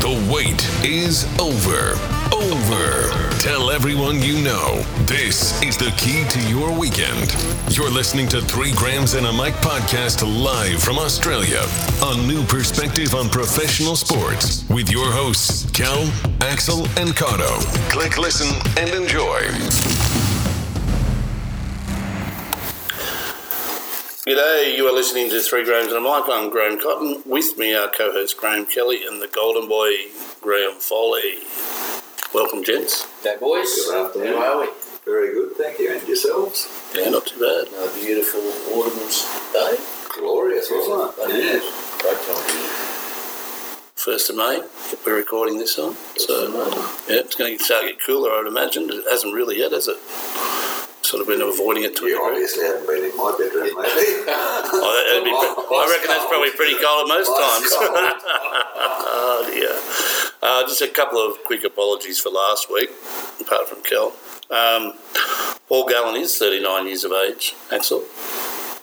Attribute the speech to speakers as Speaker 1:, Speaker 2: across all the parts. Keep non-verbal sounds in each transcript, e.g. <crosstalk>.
Speaker 1: The wait is over. Over. Tell everyone you know. This is the key to your weekend. You're listening to Three Grams and a Mic podcast live from Australia. A new perspective on professional sports with your hosts, Cal, Axel, and Cotto. Click, listen, and enjoy.
Speaker 2: G'day, you are listening to Three Grams and a Mic. I'm Graham Cotton. With me are co hosts Graham Kelly and the Golden Boy, Graham Foley. Welcome, gents.
Speaker 3: Day boys.
Speaker 4: Good afternoon.
Speaker 3: How are we?
Speaker 4: Very good, thank you. And yourselves?
Speaker 2: Yeah, not too bad.
Speaker 3: Another beautiful autumn day.
Speaker 4: Glorious, wasn't it? Yeah.
Speaker 3: Great time of year.
Speaker 2: First of May, we're recording this on. So, yeah, it's going to start to get cooler, I would imagine. It hasn't really yet, has it? Sort of been avoiding it to a
Speaker 4: You
Speaker 2: degree.
Speaker 4: obviously haven't been in my bedroom lately.
Speaker 2: Oh, that- that'd be pre- I reckon that's probably pretty cold at most times.
Speaker 4: Ice cold.
Speaker 2: <laughs> oh dear. Uh, just a couple of quick apologies for last week, apart from Kel. Um, Paul Gallen is 39 years of age, Axel.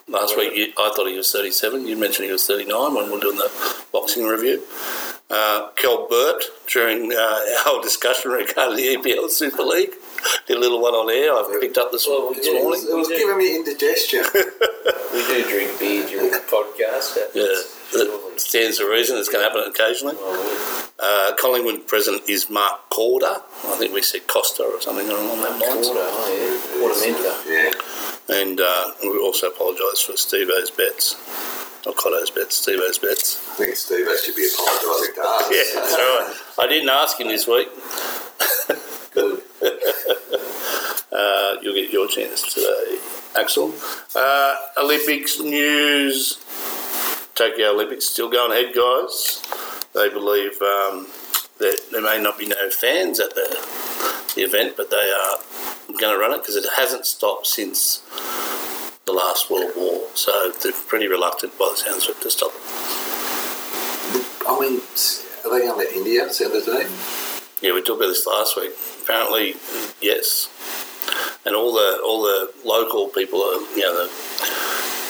Speaker 2: Last week you, I thought he was 37. You mentioned he was 39 when we were doing the boxing review. Uh, Kel Burt, during uh, our discussion <laughs> regarding the EPL Super League, did a little one on air I picked up this, this
Speaker 4: It
Speaker 2: morning.
Speaker 4: was, it was giving me indigestion.
Speaker 3: We do drink beer during the podcast. That-
Speaker 2: Yeah,
Speaker 3: that's surely-
Speaker 2: that stands to reason. It's going to happen occasionally.
Speaker 3: Well,
Speaker 2: Uh, Collingwood president is Mark Corder. I think we said Costa or something along that
Speaker 3: we-
Speaker 2: lines.
Speaker 3: Quarter, oh, yeah. Quarter mentor.
Speaker 4: Yeah.
Speaker 2: And uh, we also apologise for Steve O's bets. Not Cotto's bets, Steve O's bets.
Speaker 4: I think Steve should be apologising to us.
Speaker 2: <laughs> Yeah, that's right. I didn't ask him this week.
Speaker 3: Good.
Speaker 2: <laughs> Uh, you'll get your chance today, Axel. Uh, Olympics news. Tokyo Olympics still going ahead, guys. They believe um, that there may not be no fans at the, the event, but they are going to run it because it hasn't stopped since the last World War. So they're pretty reluctant, by the sounds of it, to stop it.
Speaker 4: I mean, are they going to let India send a team?
Speaker 2: Yeah, we talked about this last week. Apparently, yes, and all the all the local people, are, you know, the,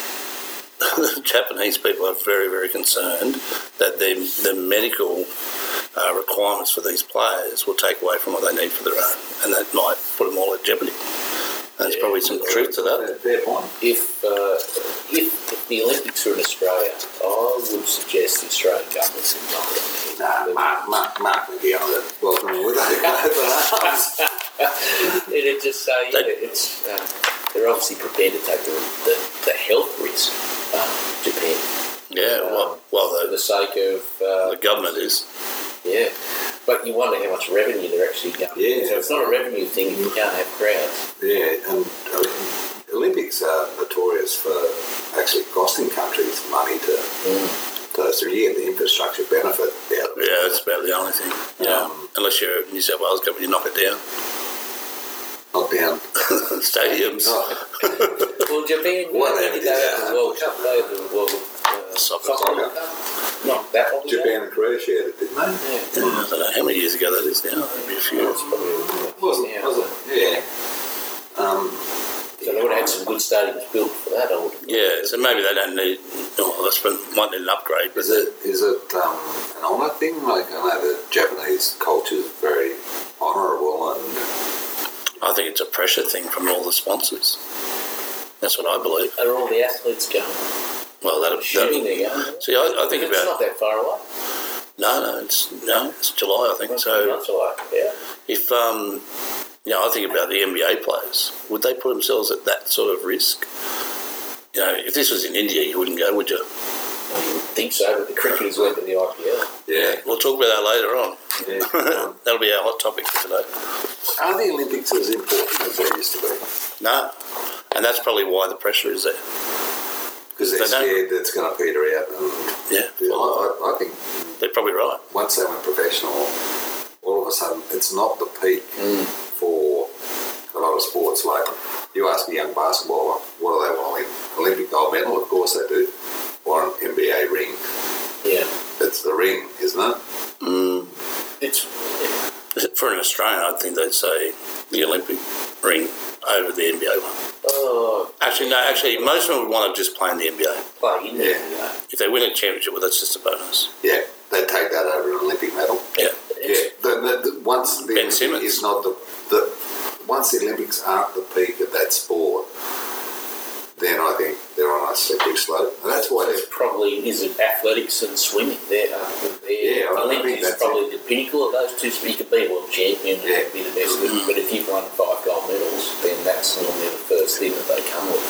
Speaker 2: <laughs> the Japanese people are very very concerned that their the medical uh, requirements for these players will take away from what they need for their own, and that might put them all at jeopardy. There's
Speaker 3: Yeah,
Speaker 2: probably some truth to that.
Speaker 4: Fair point.
Speaker 3: If, uh, if, if the Olympics were in Australia, I would suggest the Australian government said not <laughs> let
Speaker 4: No, Mark, Mark, Mark would be on the welcome, would they? <laughs> But, uh,
Speaker 3: It'd just say you know, it's um, they're obviously prepared to take the, the, the health risk. Um, Japan,
Speaker 2: Yeah, well, well
Speaker 3: for the
Speaker 2: the,
Speaker 3: sake of uh,
Speaker 2: the government is.
Speaker 3: yeah, but you wonder how much revenue they're actually going.
Speaker 4: Yeah.
Speaker 3: so it's not a revenue thing if you can't have crowds.
Speaker 4: Yeah, and uh, Olympics are notorious for actually costing countries money to,
Speaker 3: Mm.
Speaker 4: to so you get the infrastructure benefit out of it.
Speaker 2: Yeah, that's about the only thing. Yeah, unless you're New South Wales government, you knock it down. <laughs>
Speaker 4: Not down.
Speaker 2: Stadiums.
Speaker 4: Oh,
Speaker 3: Well, Japan,
Speaker 4: Well,
Speaker 3: when did they have the World Cup? They had the World uh,
Speaker 2: Soccer.
Speaker 3: Cup. Not that long ago.
Speaker 4: Japan and Korea shared it, didn't they?
Speaker 3: Yeah.
Speaker 2: I don't know Uh, how many years ago that is now. Maybe a few.
Speaker 3: It's probably- yeah.
Speaker 4: Yeah. Um,
Speaker 3: So they would have had some good stadiums built for that. I would.
Speaker 2: Yeah, so maybe they don't need. Oh, that's been, might need an upgrade. But
Speaker 4: is it is it um, an honour thing? Like I know the Japanese culture is very honourable and
Speaker 2: I think it's a pressure thing from all the sponsors. That's what I believe.
Speaker 3: Are all the athletes going?
Speaker 2: Well, that.
Speaker 3: Shooting
Speaker 2: that
Speaker 3: they're going.
Speaker 2: see, I, I think
Speaker 3: it's not
Speaker 2: about
Speaker 3: that far away.
Speaker 2: no, no, it's no, it's July, I think.
Speaker 3: Two
Speaker 2: So
Speaker 3: months away. Yeah.
Speaker 2: if um, you know, I think about the NBA players. Would they put themselves at that sort of risk? You know, if this was in India, you wouldn't go, would you?
Speaker 3: I mean, think so, but the cricketers went to the IPL.
Speaker 4: yeah.
Speaker 2: We'll talk about that later on.
Speaker 4: yeah. Um,
Speaker 2: <laughs> That'll be our hot topic for today.
Speaker 4: are the Olympics as important as they used to be?
Speaker 2: No, and that's probably why the pressure is there.
Speaker 4: Because they're
Speaker 2: They don't-
Speaker 4: scared that it's going to peter out. And
Speaker 2: Yeah,
Speaker 4: Yeah, I, I think
Speaker 2: they're probably right.
Speaker 4: once they went professional, all of a sudden it's not the peak
Speaker 2: Mm.
Speaker 4: for a lot of sports. Like you ask a young basketballer, what do they want to win? Olympic gold medal, of course they do, or an NBA ring.
Speaker 3: Yeah.
Speaker 4: It's the ring, isn't it?
Speaker 3: It's
Speaker 2: For an Australian, I think they'd say the Olympic ring over the NBA one.
Speaker 3: oh,
Speaker 2: Actually, no. Actually, most of them would want to just play in the NBA.
Speaker 3: play in there.
Speaker 4: Yeah.
Speaker 3: You know.
Speaker 2: If they win a championship, well, that's just a bonus.
Speaker 4: Yeah, they take that over an Olympic medal.
Speaker 2: Yeah, Ben Simmons.
Speaker 4: is not the, the once the Olympics aren't the peak of that sport, then I think they're on a slippery slope. And that's why
Speaker 3: it's
Speaker 4: they're
Speaker 3: probably is it athletics and swimming. There, uh,
Speaker 4: Yeah, I
Speaker 3: there.
Speaker 4: don't think
Speaker 3: Olympics is
Speaker 4: that's
Speaker 3: probably the pinnacle of those two. So you could be a world champion and
Speaker 4: Yeah.
Speaker 3: be the best, but if you've won five gold medals, then that's normally the first thing that they come with.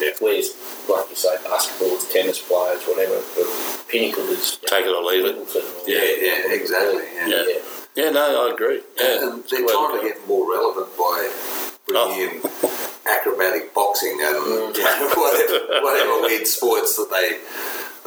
Speaker 2: Yeah.
Speaker 3: Whereas, like you say, basketballers, tennis players, whatever, the pinnacle is
Speaker 2: Take it or leave it.
Speaker 3: Wimbledon or-
Speaker 4: Yeah, yeah, exactly, yeah.
Speaker 2: Yeah. Yeah, no, I agree. Yeah,
Speaker 4: and
Speaker 2: it's
Speaker 4: they're
Speaker 2: well
Speaker 4: trying
Speaker 2: <laughs>
Speaker 4: to
Speaker 2: done.
Speaker 4: get more relevant by bringing in acrobatic boxing and
Speaker 2: Mm,
Speaker 4: <laughs> whatever, whatever weird sports that they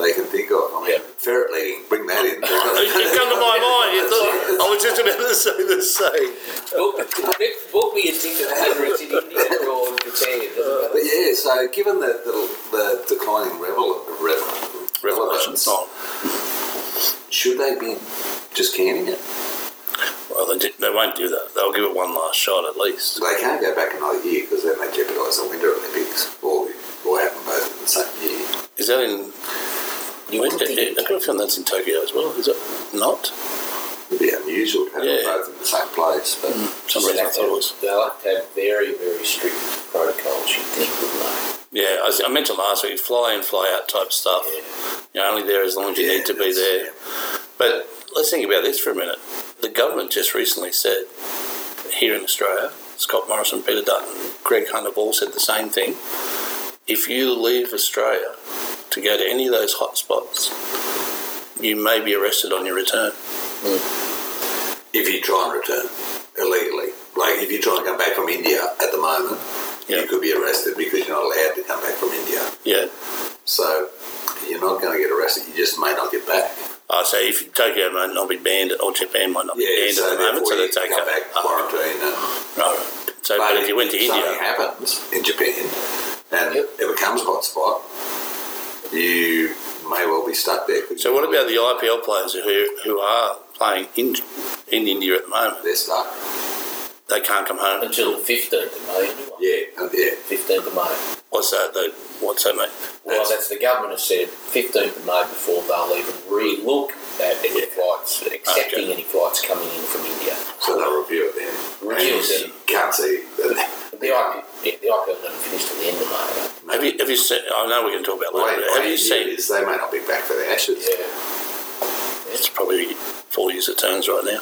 Speaker 4: they can think of. I mean,
Speaker 3: Yeah.
Speaker 4: ferret leading, bring that
Speaker 2: <laughs>
Speaker 4: in.
Speaker 2: It's
Speaker 4: <laughs>
Speaker 2: come to my mind. You thought, I was just about to say the same.
Speaker 3: Book, next book me a ticket whether it's in India or Japan. It doesn't matter.
Speaker 4: But yeah, so given the, the, the declining revel, revel, relevance,
Speaker 2: Revelations. Oh,
Speaker 4: should they be just canning it?
Speaker 2: well, they, did, they won't do that. They'll give it one last shot at least.
Speaker 4: They can't go back another year because then they jeopardise the Winter Olympics or, or have them both in the same year.
Speaker 2: Is that in?
Speaker 3: You wouldn't
Speaker 2: Yeah,
Speaker 3: think
Speaker 2: yeah, I've got a feeling that's in Tokyo as well. Is it not?
Speaker 4: It'd be unusual to have
Speaker 2: Yeah. Mm.
Speaker 4: them both in the same place, but.
Speaker 2: For Some reason I thought it was.
Speaker 3: They like to have very, very strict protocols. You think would
Speaker 2: Yeah, I, I mentioned last week, fly in, fly out type stuff.
Speaker 3: Yeah.
Speaker 2: You're only there as long as you
Speaker 4: Yeah,
Speaker 2: need to be
Speaker 4: that's-
Speaker 2: there. But let's think about this for a minute. The government just recently said here in Australia, Scott Morrison, Peter Dutton, Greg Hunt have all said the same thing. If you leave Australia to go to any of those hot spots, you may be arrested on your return.
Speaker 4: if you try and return illegally. Like if you try and come back from India at the moment,
Speaker 2: Yeah.
Speaker 4: you could be arrested because you're not allowed to come back from India.
Speaker 2: Yeah.
Speaker 4: So you're not going to get arrested. You just may not get back.
Speaker 2: I say if Tokyo might not be banned or Japan might not be
Speaker 4: Yeah,
Speaker 2: banned
Speaker 4: so
Speaker 2: at the moment, so
Speaker 4: therefore you
Speaker 2: that's okay.
Speaker 4: come back
Speaker 2: Ah,
Speaker 4: quarantine. And,
Speaker 2: right. So, but, if you went to
Speaker 4: something
Speaker 2: India,
Speaker 4: happens in Japan and
Speaker 3: Yep.
Speaker 4: it becomes hot spot, you may well be stuck there.
Speaker 2: so what about the IPL players who who are playing in in India at the moment?
Speaker 4: They're stuck.
Speaker 2: They can't come home.
Speaker 3: Until the 15th of May. anyway.
Speaker 4: Yeah, yeah.
Speaker 3: 15th of May.
Speaker 2: What's that? The, what's that mean?
Speaker 3: Well, that's the government has said 15th of May before they'll even re-look at any flights, accepting
Speaker 2: Okay.
Speaker 3: any flights coming in from India.
Speaker 4: So they'll review it then.
Speaker 3: Review
Speaker 4: And
Speaker 3: it.
Speaker 4: you Can't see. the-
Speaker 3: But uh, the IPO, yeah, the IPO doesn't finish till the end of May. right?
Speaker 2: Have you have you seen? I know we're going to talk about it
Speaker 4: Wait,
Speaker 2: later. but have you
Speaker 4: wait,
Speaker 2: seen?
Speaker 4: years, They may not be back for the Ashes.
Speaker 3: Yeah,
Speaker 2: It's probably four years of terms right now.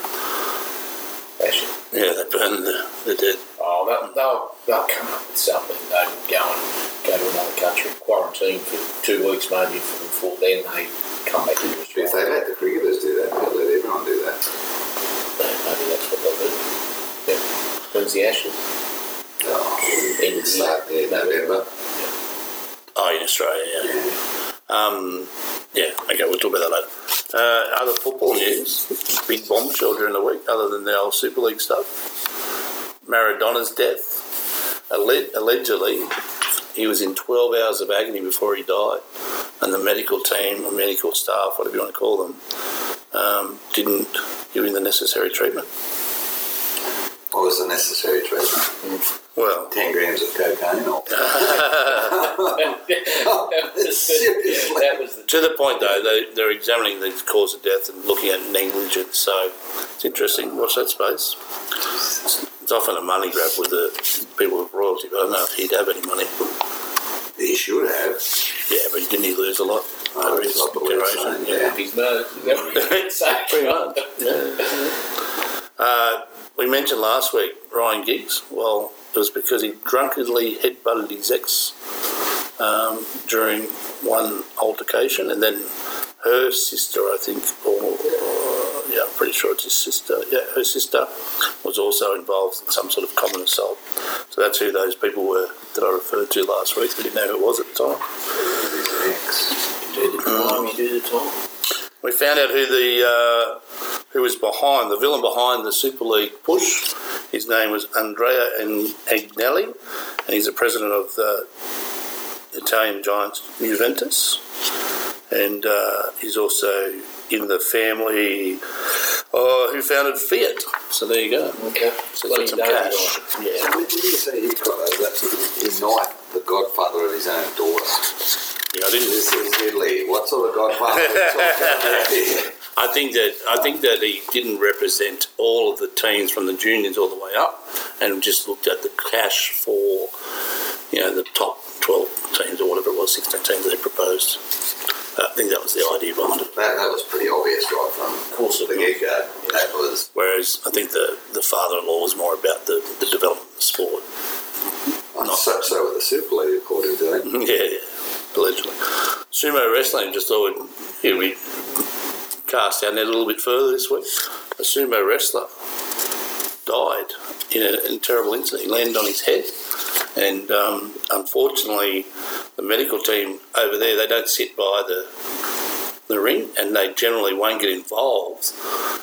Speaker 3: they should.
Speaker 2: Yeah, they burned the, the dead.
Speaker 3: Oh, they'll, they'll, they'll come up with something. They will go and go to another country, quarantine for two weeks maybe before then they come back to
Speaker 4: If they
Speaker 3: Australia.
Speaker 4: let the cricketers do that, they'll let everyone do that.
Speaker 3: Maybe that's what they'll do. Yeah. When's the Ashes?
Speaker 4: Oh,
Speaker 3: End of the
Speaker 4: start there
Speaker 3: year.
Speaker 4: in November.
Speaker 2: Oh, in Australia. Yeah. Um, yeah. Okay, we'll talk about that later. Uh, other football news. Big bombshell during the week, other than the old Super League stuff. Maradona's death. Alle- allegedly, he was in 12 hours of agony before he died, and the medical team, or medical staff, whatever you want to call them, um, didn't give him the necessary treatment.
Speaker 4: What was the necessary treatment?
Speaker 2: Well,
Speaker 4: 10 grams of cocaine or. Seriously?
Speaker 3: <laughs> that was the
Speaker 2: to the point though, they, they're examining the cause of death and looking at negligence. So it's interesting. Watch that space. It's often a money grab with the people with royalty, but I don't know if he'd have any money.
Speaker 4: He should have.
Speaker 2: Yeah, but didn't he lose a lot
Speaker 4: Oh,
Speaker 2: over
Speaker 4: it's
Speaker 2: his
Speaker 4: not the worst
Speaker 2: generation?
Speaker 4: thing,
Speaker 3: tip of his nose. Is that <laughs> what you say?
Speaker 2: Pretty much. Yeah. Uh, we mentioned last week Ryan Giggs. Well, it was because he drunkenly headbutted his ex um, during one altercation, and then her sister, I think, or, or- yeah, I'm pretty sure it's his sister. Yeah, her sister was also involved in some sort of common assault. So that's who those people were that I referred to last week. We didn't know who it was at the time.
Speaker 4: Thanks.
Speaker 3: Do the time, you do the time.
Speaker 2: We found out who the uh, who was behind the villain behind the Super League push. His name was Andrea An- Agnelli, and he's the president of the Italian giants Juventus, and uh, he's also in the family uh, who founded Fiat. So there you go.
Speaker 3: Okay.
Speaker 2: So he's got some cash. Yeah.
Speaker 4: Did you say he got over that? He knifed the godfather of his own daughter.
Speaker 2: yeah, I didn't.
Speaker 4: This is Italy. What sort of godfather are we talking about here?
Speaker 2: I think that I think that he didn't represent all of the teams from the juniors all the way up, and just looked at the cash for you know the top twelve teams or whatever it was, sixteen teams that they proposed. I think that was the idea behind it.
Speaker 4: That, that was pretty obvious right from
Speaker 3: course it
Speaker 4: the
Speaker 3: was.
Speaker 4: get go. That was
Speaker 2: Whereas I think the, the father-in-law was more about the, the development of the sport. Not-
Speaker 4: so, so with the Super League, according to that.
Speaker 2: Yeah, yeah, allegedly. Sumo wrestling, just thought we'd here we cast our net a little bit further this week. A sumo wrestler died in a, in a terrible incident. He landed on his head, and um, unfortunately, the medical team over there they don't sit by the the ring, and they generally won't get involved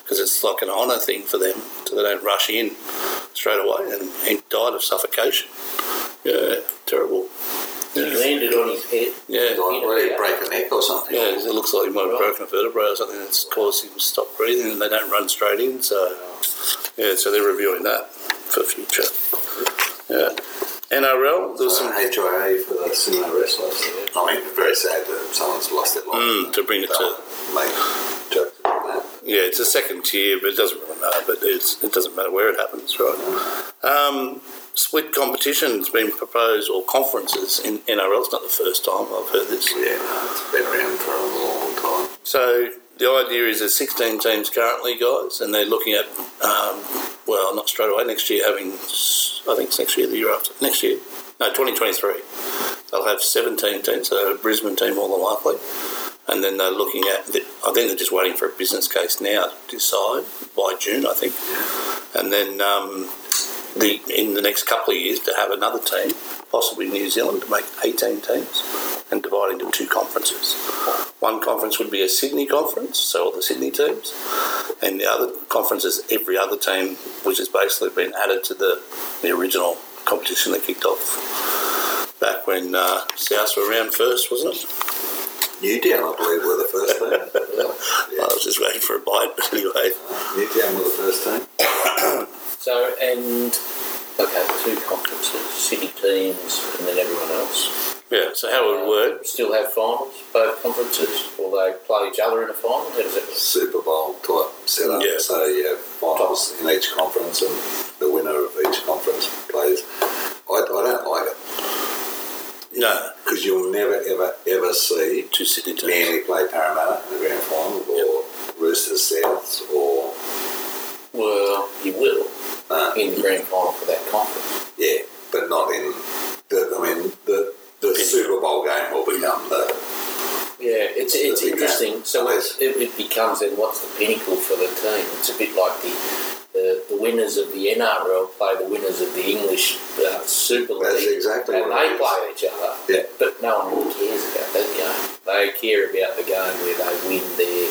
Speaker 2: because it's like an honour thing for them, so they don't rush in straight away. And he died of suffocation. Yeah, terrible.
Speaker 3: He landed on his head.
Speaker 2: Yeah,
Speaker 4: Like, what did he break a neck or something?
Speaker 2: yeah, it looks like he might have broken a vertebrae or something that's caused him to stop breathing and they don't run straight in. So, yeah, so they're reviewing that for future. Yeah. NRL, there was
Speaker 4: So,
Speaker 2: some.
Speaker 4: HIA for the sumo wrestlers. I mean, very sad that someone's lost their life.
Speaker 2: Mm, to bring it to.
Speaker 4: Don't make jokes about that.
Speaker 2: Yeah, it's a second tier, but it doesn't really matter. But it's, it doesn't matter where it happens, right? Um, split competition's been proposed, or conferences in NRL. It's not the first time I've heard this.
Speaker 4: Yeah, no, it's been around for a long time.
Speaker 2: So the idea is there's 16 teams currently, guys, and they're looking at, um, well, not straight away, next year having, s- I think it's next year, the year after, next year, no, 2023. They'll have 17 teams, so a Brisbane team more than likely. And then they're looking at, the, I think they're just waiting for a business case now to decide by June, I think. And then um, the in the next couple of years to have another team, possibly New Zealand, to make 18 teams and divide into two conferences. One conference would be a Sydney conference, so all the Sydney teams, and the other conference is every other team, which has basically been added to the, the original competition that kicked off back when uh, South were around first, wasn't it?
Speaker 4: Newtown, I believe, were the first
Speaker 2: <laughs>
Speaker 4: team.
Speaker 2: I was just waiting for a bite, but anyway.
Speaker 4: Newtown were the first team.
Speaker 3: So, and, okay, two conferences, city teams, and then everyone else. Uh,
Speaker 2: Yeah, so how it would work,
Speaker 3: Still have finals, both conferences, or they play each other in a final? How does it-
Speaker 4: Super Bowl type setup.
Speaker 2: Yeah.
Speaker 4: So you have finals in each conference, and the winner of each conference plays. I, I don't like it
Speaker 2: no,
Speaker 4: because you'll never, ever, ever see
Speaker 2: two Sydney teams.
Speaker 4: Manly play Parramatta in the grand final, or Roosters Souths, or
Speaker 3: Well, you will
Speaker 4: uh,
Speaker 3: in the grand final for that conference.
Speaker 4: yeah, but not in. The, I mean, the the Super Bowl game will become the
Speaker 3: Yeah, it's it's
Speaker 4: Big
Speaker 3: interesting.
Speaker 4: match.
Speaker 3: So it, it, it becomes then what's the pinnacle for the team? It's a bit like the the, the winners of the NRL play the winners of the English uh, Super League.
Speaker 4: That's exactly
Speaker 3: and
Speaker 4: what
Speaker 3: they
Speaker 4: it is.
Speaker 3: play each other.
Speaker 4: Yeah.
Speaker 3: But no one really cares about that game. They care about the game where they win their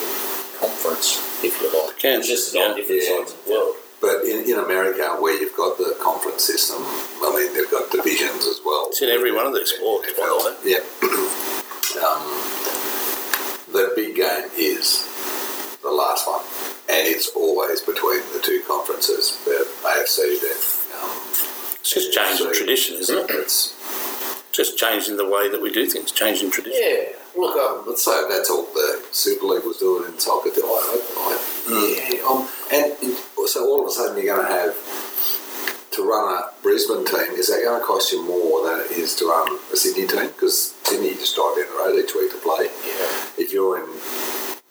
Speaker 3: conference, if you like.
Speaker 2: Can-
Speaker 3: It's just
Speaker 2: yeah.
Speaker 3: on different
Speaker 4: Yeah.
Speaker 3: sides of the world.
Speaker 4: But in, in America, where you've got the conference system, I mean, they've got divisions as well.
Speaker 2: It's in every one of these sports, by the way.
Speaker 4: Yeah. <coughs> um, the big game is the last one, and it's always between the two conferences, the AFC, the um,
Speaker 2: It's just changing tradition, isn't it?
Speaker 4: It's,
Speaker 2: Just changing the way that we do things, changing tradition.
Speaker 3: Yeah. Look, I,
Speaker 4: um, let's say that's all the Super League was doing in soccer. I, I, I, yeah, um, and and so all of a sudden you're going to have to run a Brisbane team. Is that going to cost you more than it is to run a Sydney team? Because Sydney you just dive down the road each week to play.
Speaker 3: yeah.
Speaker 4: If you're in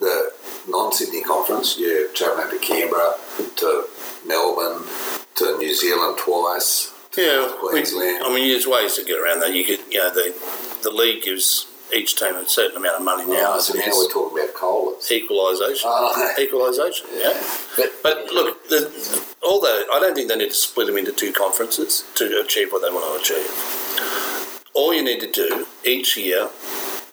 Speaker 4: the non-Sydney conference, you're travelling to Canberra, to Melbourne, to New Zealand twice. to
Speaker 2: Yeah, we-
Speaker 4: Queensland.
Speaker 2: I mean, there's ways to get around that. You could, you know, the the league gives each team a certain amount of money now.
Speaker 4: now, Oh, so now we're talking about coal. It's-
Speaker 2: equalisation.
Speaker 4: Oh.
Speaker 2: Equalisation. Yeah.
Speaker 3: But,
Speaker 2: But look, the, although I don't think they need to split them into two conferences to achieve what they want to achieve. All you need to do each year,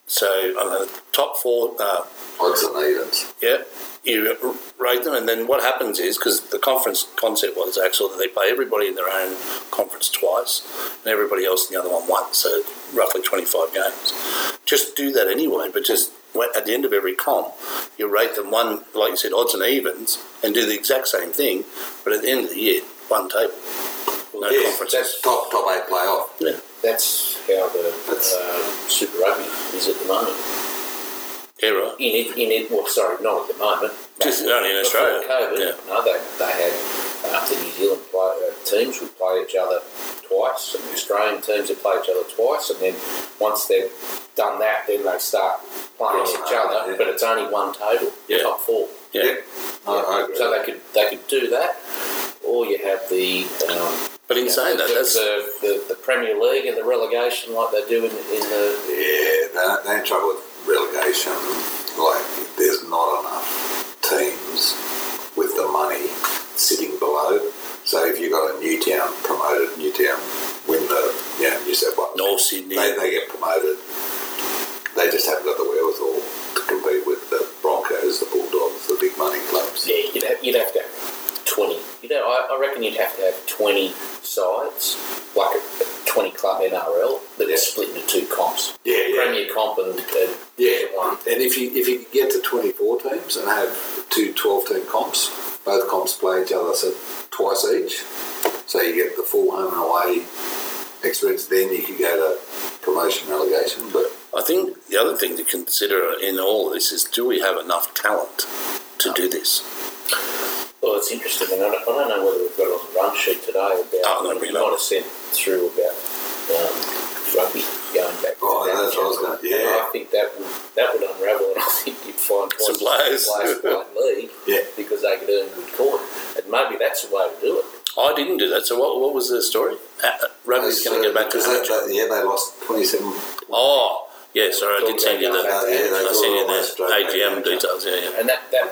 Speaker 2: so I don't know, the top four, uh,
Speaker 4: Odds and evens.
Speaker 2: Yeah, you r- rate them, and then what happens is because the conference concept was actually that they pay everybody in their own conference twice, and everybody else in the other one once, so roughly twenty-five games. Just do that anyway, but just wa- at the end of every comp, you rate them one, like you said, odds and evens, and do the exact same thing, but at the end of the year, one table, no
Speaker 4: Yeah,
Speaker 2: conferences.
Speaker 4: Top top eight playoff.
Speaker 2: Yeah.
Speaker 3: That's how the
Speaker 4: That's-
Speaker 3: uh, Super Rugby is at the moment.
Speaker 2: Yeah, right.
Speaker 3: in it, in it. Well, sorry, not at the moment.
Speaker 2: Just
Speaker 3: Before-
Speaker 2: only in
Speaker 3: before
Speaker 2: Australia,
Speaker 3: COVID,
Speaker 2: yeah.
Speaker 3: no, they, they had uh, the New Zealand play, uh, teams would play each other twice, and the Australian teams would play each other twice, and then once they've done that, then they start playing
Speaker 4: Cross
Speaker 3: each
Speaker 4: over,
Speaker 3: other.
Speaker 4: yeah.
Speaker 3: But it's only one total,
Speaker 2: Yeah.
Speaker 3: top four. Uh,
Speaker 2: Yeah.
Speaker 4: I, I agree.
Speaker 3: So they could they could do that, or you have the. Um,
Speaker 2: But in saying that,
Speaker 3: the,
Speaker 2: that's uh,
Speaker 3: the, the, the Premier League and the relegation like they do in, in the
Speaker 4: Yeah, they're, they're in trouble with relegation. Like, there's not enough teams with the money sitting below. So if you've got a Newtown promoted, Newtown win the yeah New South Wales,
Speaker 2: North Sydney.
Speaker 4: they, they get promoted. They just haven't got the wherewithal to compete with the Broncos, the Bulldogs, the big money clubs.
Speaker 3: yeah you'd have, you'd have to have twenty. You know, I, I reckon you'd have to have twenty sides, like a twenty club NRL that
Speaker 4: Yeah.
Speaker 3: is split into two comps,
Speaker 4: Yeah,
Speaker 3: Premier comp and, and
Speaker 4: Yeah,
Speaker 3: one.
Speaker 4: and if you if you could get to 24 teams and have two 12 team comps, both comps play each other so twice each, so you get the full home and away experience. Then you could go to promotion relegation, but
Speaker 2: I think the other thing to consider in all of this is do we have enough talent to do this?
Speaker 3: Well, it's interesting, and I don't, I don't know whether we've got it on the run sheet today about
Speaker 2: Oh, no, we
Speaker 3: we
Speaker 2: don't.
Speaker 3: might have sent through about um, rugby going back. to
Speaker 4: Oh,
Speaker 3: that.
Speaker 4: that's what I was gonna-
Speaker 3: And
Speaker 4: yeah.
Speaker 3: I think that would that would unravel, and I think you'd find
Speaker 2: Some players.
Speaker 3: players players like league
Speaker 4: <laughs> Yeah.
Speaker 3: because they could earn good coin, and maybe that's the way to do it.
Speaker 2: Oh, I didn't do that. So what? What was the story? Uh, uh, Rugby's going to go back to
Speaker 4: Because
Speaker 2: the
Speaker 4: that- that- yeah, they lost 27.
Speaker 2: Oh, yeah. Sorry, I did send you the.
Speaker 3: Yeah,
Speaker 4: they
Speaker 2: I sent you
Speaker 4: almost
Speaker 2: the
Speaker 4: straight back
Speaker 2: AGM
Speaker 4: down.
Speaker 2: details. Yeah, yeah.
Speaker 3: And that that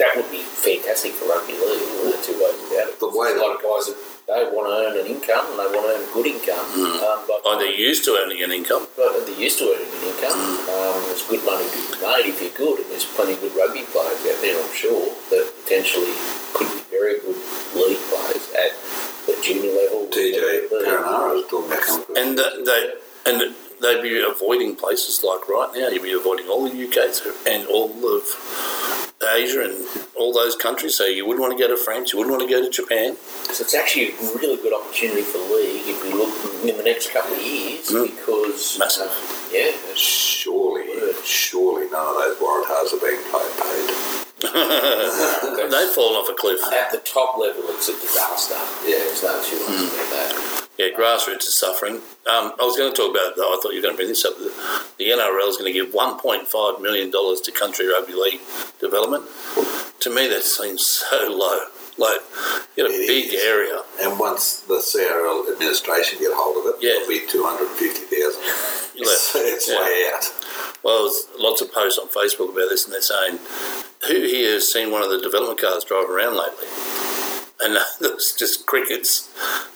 Speaker 3: that would be fantastic for rugby league. Wouldn't it, two ways about it.
Speaker 4: The way
Speaker 3: a lot of guys that they want to earn an income and they want to earn a good income,
Speaker 4: Mm.
Speaker 3: um, but
Speaker 2: Oh, they're used to earning an income.
Speaker 3: But they used to earn an income.
Speaker 4: Mm.
Speaker 3: Um, there's good money to be made if you're good, and there's plenty of good rugby players out there, I'm sure, that potentially could be very good league players at the junior level.
Speaker 4: TJ
Speaker 3: But-
Speaker 4: Perenara is talking about
Speaker 2: And uh, they and they'd be avoiding places like right now. You'd be avoiding all the UK so- and all of Asia and all those countries. So you wouldn't want to go to France. You wouldn't want to go to Japan. <laughs>
Speaker 3: So it's actually a really good opportunity for the league if we look in the next couple of years
Speaker 4: Mm.
Speaker 3: because.
Speaker 2: Massive.
Speaker 3: uh, yeah. it's-
Speaker 4: surely, surely none of those Waratahs are being paid. paid.
Speaker 2: They've fallen off a cliff.
Speaker 3: At the top level, it's a disaster. Yeah, there's no two ways
Speaker 2: Hmm.
Speaker 3: about that.
Speaker 2: Yeah, grassroots is suffering. Um, I was going to talk about though. I thought you were going to bring this up. The, the NRL is going to give 1.5 million dollars to country rugby league development. To me, that seems so low. Like, you know,
Speaker 4: It
Speaker 2: big
Speaker 4: is.
Speaker 2: area.
Speaker 4: And once the CRL administration get hold of it,
Speaker 2: Yeah.
Speaker 4: it'll be 250,000. <laughs> It's, it's
Speaker 2: Yeah.
Speaker 4: way out.
Speaker 2: Well, there's lots of posts on Facebook about this, and they're saying, "Who here has seen one of the development cars driving around lately?" And <laughs> it's just crickets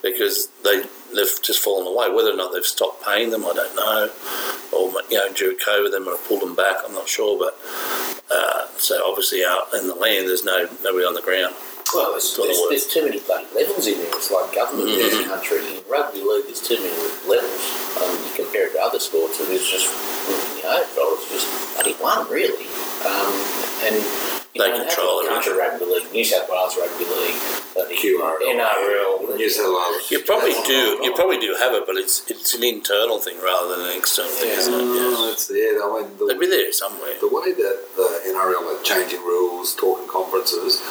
Speaker 2: because they they've just fallen away. Whether or not they've stopped paying them, I don't know. Or you know, during COVID, they might have pulled them back. I'm not sure, but uh, so obviously out in the land, there's no nobody on the ground.
Speaker 3: Well, there's,
Speaker 2: Gotta
Speaker 3: there's,
Speaker 2: work.
Speaker 3: there's too many bloody levels in there. It's like government in
Speaker 2: Hmm.
Speaker 3: this country. In rugby league, there's too many levels. Um, you compare it to other sports, and it's just, you know, well, it's just bloody one, really. Um, and you
Speaker 2: They
Speaker 3: don't have
Speaker 2: control it,
Speaker 3: Country rugby league, New South Wales rugby league, uh, the
Speaker 4: QRL.
Speaker 3: NRL.
Speaker 4: New South Wales.
Speaker 2: You probably do. You probably do have it, but it's it's an internal thing rather than an external thing, isn't it?
Speaker 4: Mm, it's, yeah, I mean,
Speaker 2: Yeah. They'd be
Speaker 4: the,
Speaker 2: there somewhere.
Speaker 4: the way that the NRL are changing rules, talking conferences,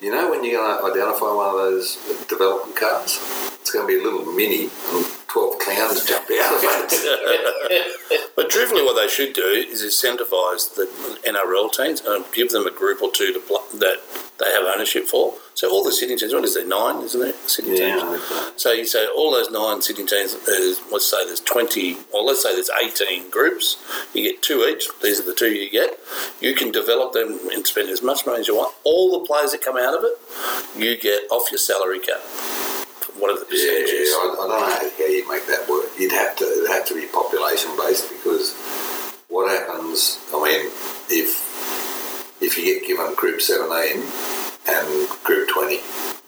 Speaker 4: you know, when you're going to identify one of those development cars, it's going to be a little mini, and 12 clowns jump out of
Speaker 2: <laughs>
Speaker 4: it.
Speaker 2: But truthfully, what they should do is incentivise the NRL teams and give them a group or two to pl- that they have ownership for. So all the Sydney teams, what is there, nine, isn't it? Sydney
Speaker 4: Yeah,
Speaker 2: teams.
Speaker 4: okay.
Speaker 2: So you say all those nine Sydney teams, there's, let's say there's 20, or let's say there's 18 groups. You get two each. These are the two you get. You can develop them and spend as much money as you want. All the players that come out of it, you get off your salary cap. Whatever the
Speaker 4: Yeah,
Speaker 2: percentage is.
Speaker 4: I, I don't know how you make that work. You'd have to it'd have to be population based because what happens? I mean, if if you get given group seventeen and group twenty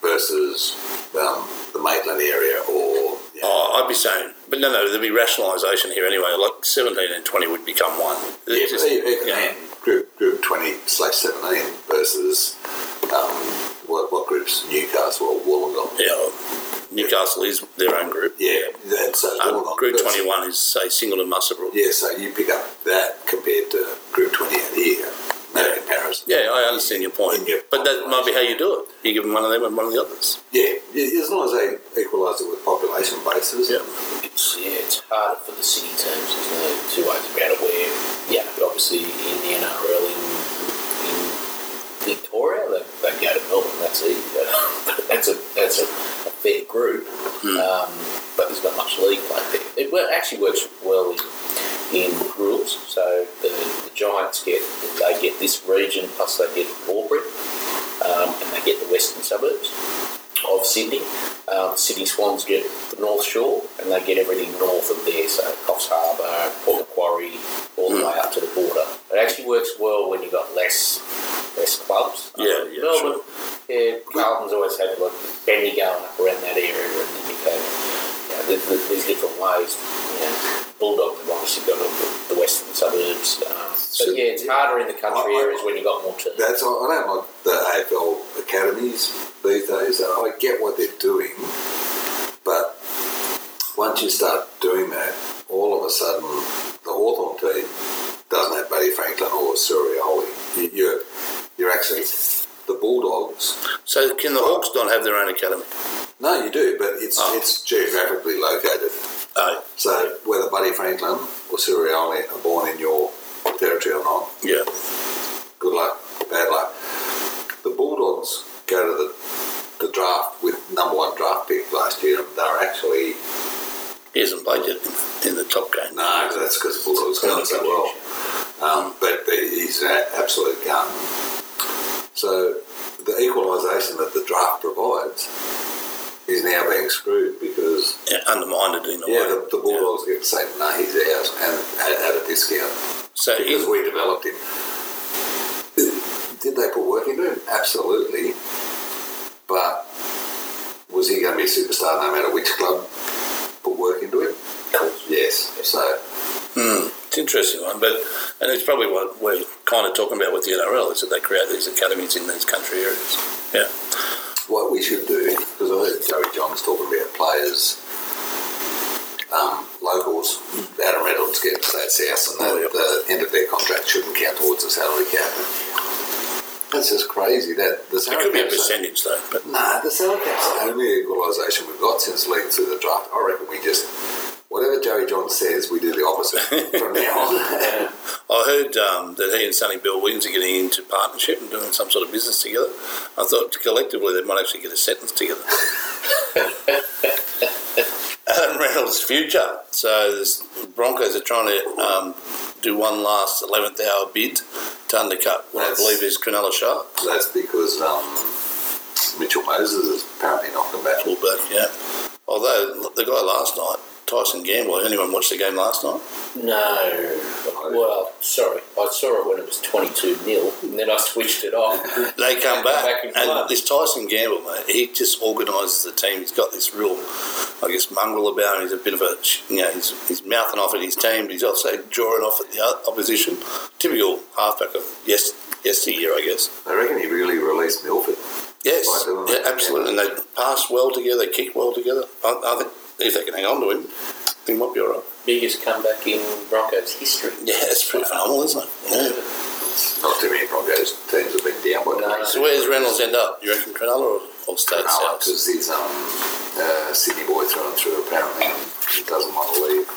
Speaker 4: versus um, the Maitland area or you know,
Speaker 2: Oh, I'd be saying, but no, no, there'd be rationalisation here anyway. Like 17 and 20 would become one.
Speaker 4: yeah,
Speaker 2: It's just-
Speaker 4: but even
Speaker 2: yeah.
Speaker 4: then, group group twenty slash seventeen versus um, what, what groups Newcastle or Wollongong.
Speaker 2: Yeah, well, Newcastle is their own group.
Speaker 4: Yeah, that's so
Speaker 2: Um,
Speaker 4: Wollongong-
Speaker 2: group
Speaker 4: that's-
Speaker 2: 21 is, say, Singleton Musselburgh.
Speaker 4: Yeah, so you pick up the that compared to Group 28 here. No comparison.
Speaker 2: Yeah, I understand your point.
Speaker 4: Yeah.
Speaker 2: But that might be how you do it. You give them one of them and one of the others.
Speaker 4: Yeah, yeah, as long as they equalise it with population bases.
Speaker 2: Yeah.
Speaker 3: It's, yeah, it's harder for the city teams. There's no two ways about it. Where, yeah, obviously in the NRL in, in Victoria, they, they go to Melbourne. That's a <laughs> that's a that's a, a fair group. Um, but there's not much league play there. It wo- actually works well in in rules. So the, the Giants get they get this region plus they get Albury, um, and they get the western suburbs of Sydney. Um, Sydney Swans get the North Shore, and they get everything north of there, so Coffs Harbour, Port Macquarie, all the way up to the border. It actually works well when you've got less less clubs.
Speaker 2: Yeah, yeah,
Speaker 3: Melbourne, yeah, Carlton's always had like Bendigo going up around that area, and then you go, you know, there- there- there's different ways. You know, Bulldog have obviously got all the, the western suburbs. Um, so,
Speaker 4: So-
Speaker 3: yeah, it's harder in the country
Speaker 4: I- I-
Speaker 3: areas when you've got more teams.
Speaker 4: That's I don't like the AFL academies these days. I get what they're doing, but once you start doing that, all of a sudden the Hawthorn team doesn't have Buddy Franklin or Surrey Holy. You- You're you're actually the Bulldogs.
Speaker 2: So can the Hawks not have their own academy?
Speaker 4: No, you do, but it's
Speaker 2: Oh.
Speaker 4: it's geographically located.
Speaker 2: Oh,
Speaker 4: So whether Buddy Franklin or Sirioli are born in your territory or not,
Speaker 2: yeah.
Speaker 4: good luck, bad luck. The Bulldogs go to the, the draft with number one draft pick last year, and they're actually
Speaker 2: He hasn't played yet in- in the top game.
Speaker 4: no, that's because the Bulldogs going so well. Um, but the- he's an absolute gun. So the equalisation that the draft provides is now being screwed because
Speaker 2: Yeah, undermined it in a
Speaker 4: yeah,
Speaker 2: way.
Speaker 4: the, the Bulldogs get to say no, he's ours, and at, at a discount.
Speaker 2: So
Speaker 4: because
Speaker 2: in,
Speaker 4: we developed him. Did they put work into him? Absolutely. But was he going to be a superstar no matter which club put work into him? Yes. So
Speaker 2: it's an interesting one, but and it's probably what we're kind of talking about with the NRL is that they create these academies in these country areas. Yeah.
Speaker 4: what we should do, because I heard Gary Johns talking about players, um, locals, Adam Reynolds getting to that south and
Speaker 2: Oh,
Speaker 4: that
Speaker 2: yep.
Speaker 4: the end of their contract shouldn't count towards the salary cap. That's just crazy. That the
Speaker 2: It
Speaker 4: salary
Speaker 2: could be a
Speaker 4: cap's so-
Speaker 2: percentage though, but
Speaker 4: Nah, the salary cap's the only equalisation we've got since league through the draft. I reckon we just, whatever Joey John says, we do the opposite from now on.
Speaker 2: <laughs>
Speaker 4: <laughs>
Speaker 2: I heard um, that he and Sonny Bill Williams are getting into partnership and doing some sort of business together. I thought collectively they might actually get a sentence together. <laughs> Adam Reynolds' future. So the Broncos are trying to um, do one last 11th hour bid to undercut what
Speaker 4: That's-
Speaker 2: I believe is Cronulla Shark.
Speaker 4: That's because um, Mitchell Moses is apparently not come back.
Speaker 2: Well, but yeah. Although the guy last night, Tyson Gamble, anyone watched the game last night?
Speaker 3: No. Well, sorry. I saw it when it was 22 nil, and then I switched it off.
Speaker 2: They come back,
Speaker 3: back and
Speaker 2: and
Speaker 3: play.
Speaker 2: this Tyson Gamble, mate, he just organises the team. He's got this real, I guess, mongrel about him. He's a bit of a, you know, he's, he's mouthing off at his team, but he's also drawing off at the o- opposition. Typical halfback of yes, yesteryear, I guess.
Speaker 4: I reckon he really released Milford.
Speaker 2: Yes,
Speaker 4: Right, don't they?
Speaker 2: yeah, absolutely. And they pass well together, they kick well together. I, I think if they can hang on to him, they might be all right.
Speaker 3: Biggest comeback in Broncos history.
Speaker 2: Yeah, it's pretty phenomenal, isn't it? Yeah.
Speaker 4: Not too many Broncos teams have been down by
Speaker 3: No.
Speaker 2: So where's Reynolds end up? You reckon Cronulla or, or State South?
Speaker 4: because he's um, uh, Sydney boy through and through. Apparently, he doesn't want to leave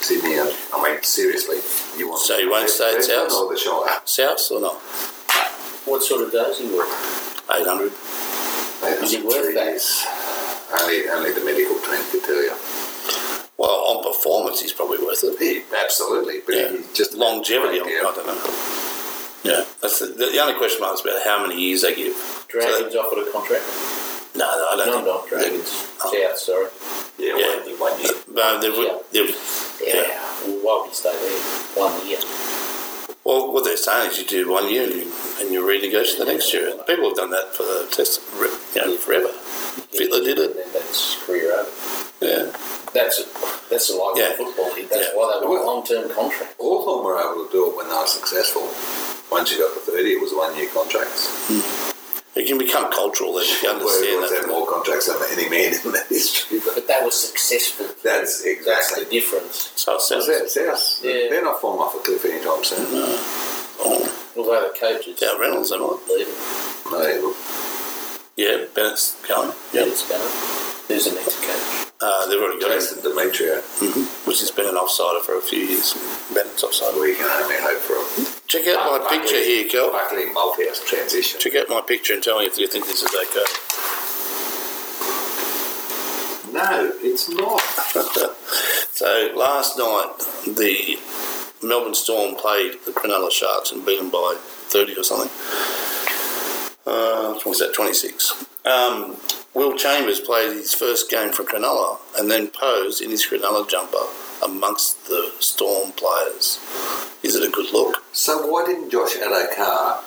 Speaker 4: Sydney. And, I mean, seriously, you want
Speaker 2: So he won't stay at
Speaker 4: Brisbane
Speaker 2: Souths?
Speaker 4: or the Shire?
Speaker 2: South or not?
Speaker 3: What sort of days he work?
Speaker 2: 800.
Speaker 3: Is it worth
Speaker 4: Three
Speaker 3: that?
Speaker 4: years. Only, only the medical team could tell you.
Speaker 2: Well, on performance, he's probably worth it.
Speaker 4: He, absolutely, but
Speaker 2: Yeah.
Speaker 4: he just
Speaker 2: longevity, I-
Speaker 4: Yeah.
Speaker 2: I don't know. Yeah, that's the, the, the only question mark is about how many years they give.
Speaker 3: Dragons offered a contract?
Speaker 2: No, no I don't
Speaker 3: No,
Speaker 2: think.
Speaker 3: not Dragons.
Speaker 2: Oh.
Speaker 3: South, sorry.
Speaker 4: Yeah,
Speaker 2: Yeah.
Speaker 4: well, he won't be-
Speaker 2: No, they would, they would-
Speaker 3: Yeah. Well, why would he stay there? One year.
Speaker 2: well, what they're saying is you do one year and you, and you renegotiate the next year. And people have done that for the test, re- you know, forever. Fittler did it.
Speaker 3: And then that's career over.
Speaker 2: Yeah.
Speaker 3: That's that's the life
Speaker 2: Yeah.
Speaker 3: of football. That's
Speaker 2: Yeah.
Speaker 3: why they want
Speaker 4: Well-
Speaker 3: long-term contract.
Speaker 4: All of them were able to do it when they were successful. Once you got to 30, it was one year contracts.
Speaker 2: It can become cultural then if you understand
Speaker 4: Everyone's had
Speaker 2: that.
Speaker 4: more contracts than any man in that history, but
Speaker 3: But they were successful.
Speaker 4: that's
Speaker 3: That's
Speaker 4: exactly.
Speaker 3: the difference.
Speaker 2: So it sounds
Speaker 4: That's us.
Speaker 3: Yeah.
Speaker 4: They're not falling off a cliff anytime soon.
Speaker 3: Although the coaches
Speaker 2: Oh, Yeah, Reynolds, am I?
Speaker 3: leave it.
Speaker 2: Mm-hmm.
Speaker 4: No, they look-
Speaker 2: Yeah, Bennett's going. Yeah.
Speaker 3: It's going. Who's the next coach?
Speaker 2: Uh, they've already got him,
Speaker 4: Jason Demetrio,
Speaker 2: Mm-hmm. which has been an offsider for a few years. Bennett's offsider.
Speaker 4: we can only hope for a
Speaker 2: Check out my picture here, Kel.
Speaker 4: luckily multi-house transition.
Speaker 2: Ah, Check out my picture and tell me if you think this is okay. <laughs>
Speaker 4: No, it's not.
Speaker 2: so last night, the Melbourne Storm played the Cronulla Sharks and beat them by 30 or something. Uh, what was that, 26? Um, Will Chambers played his first game for Cronulla and then posed in his Cronulla jumper amongst the Storm players. Is it a good look?
Speaker 4: So why didn't Josh Adokar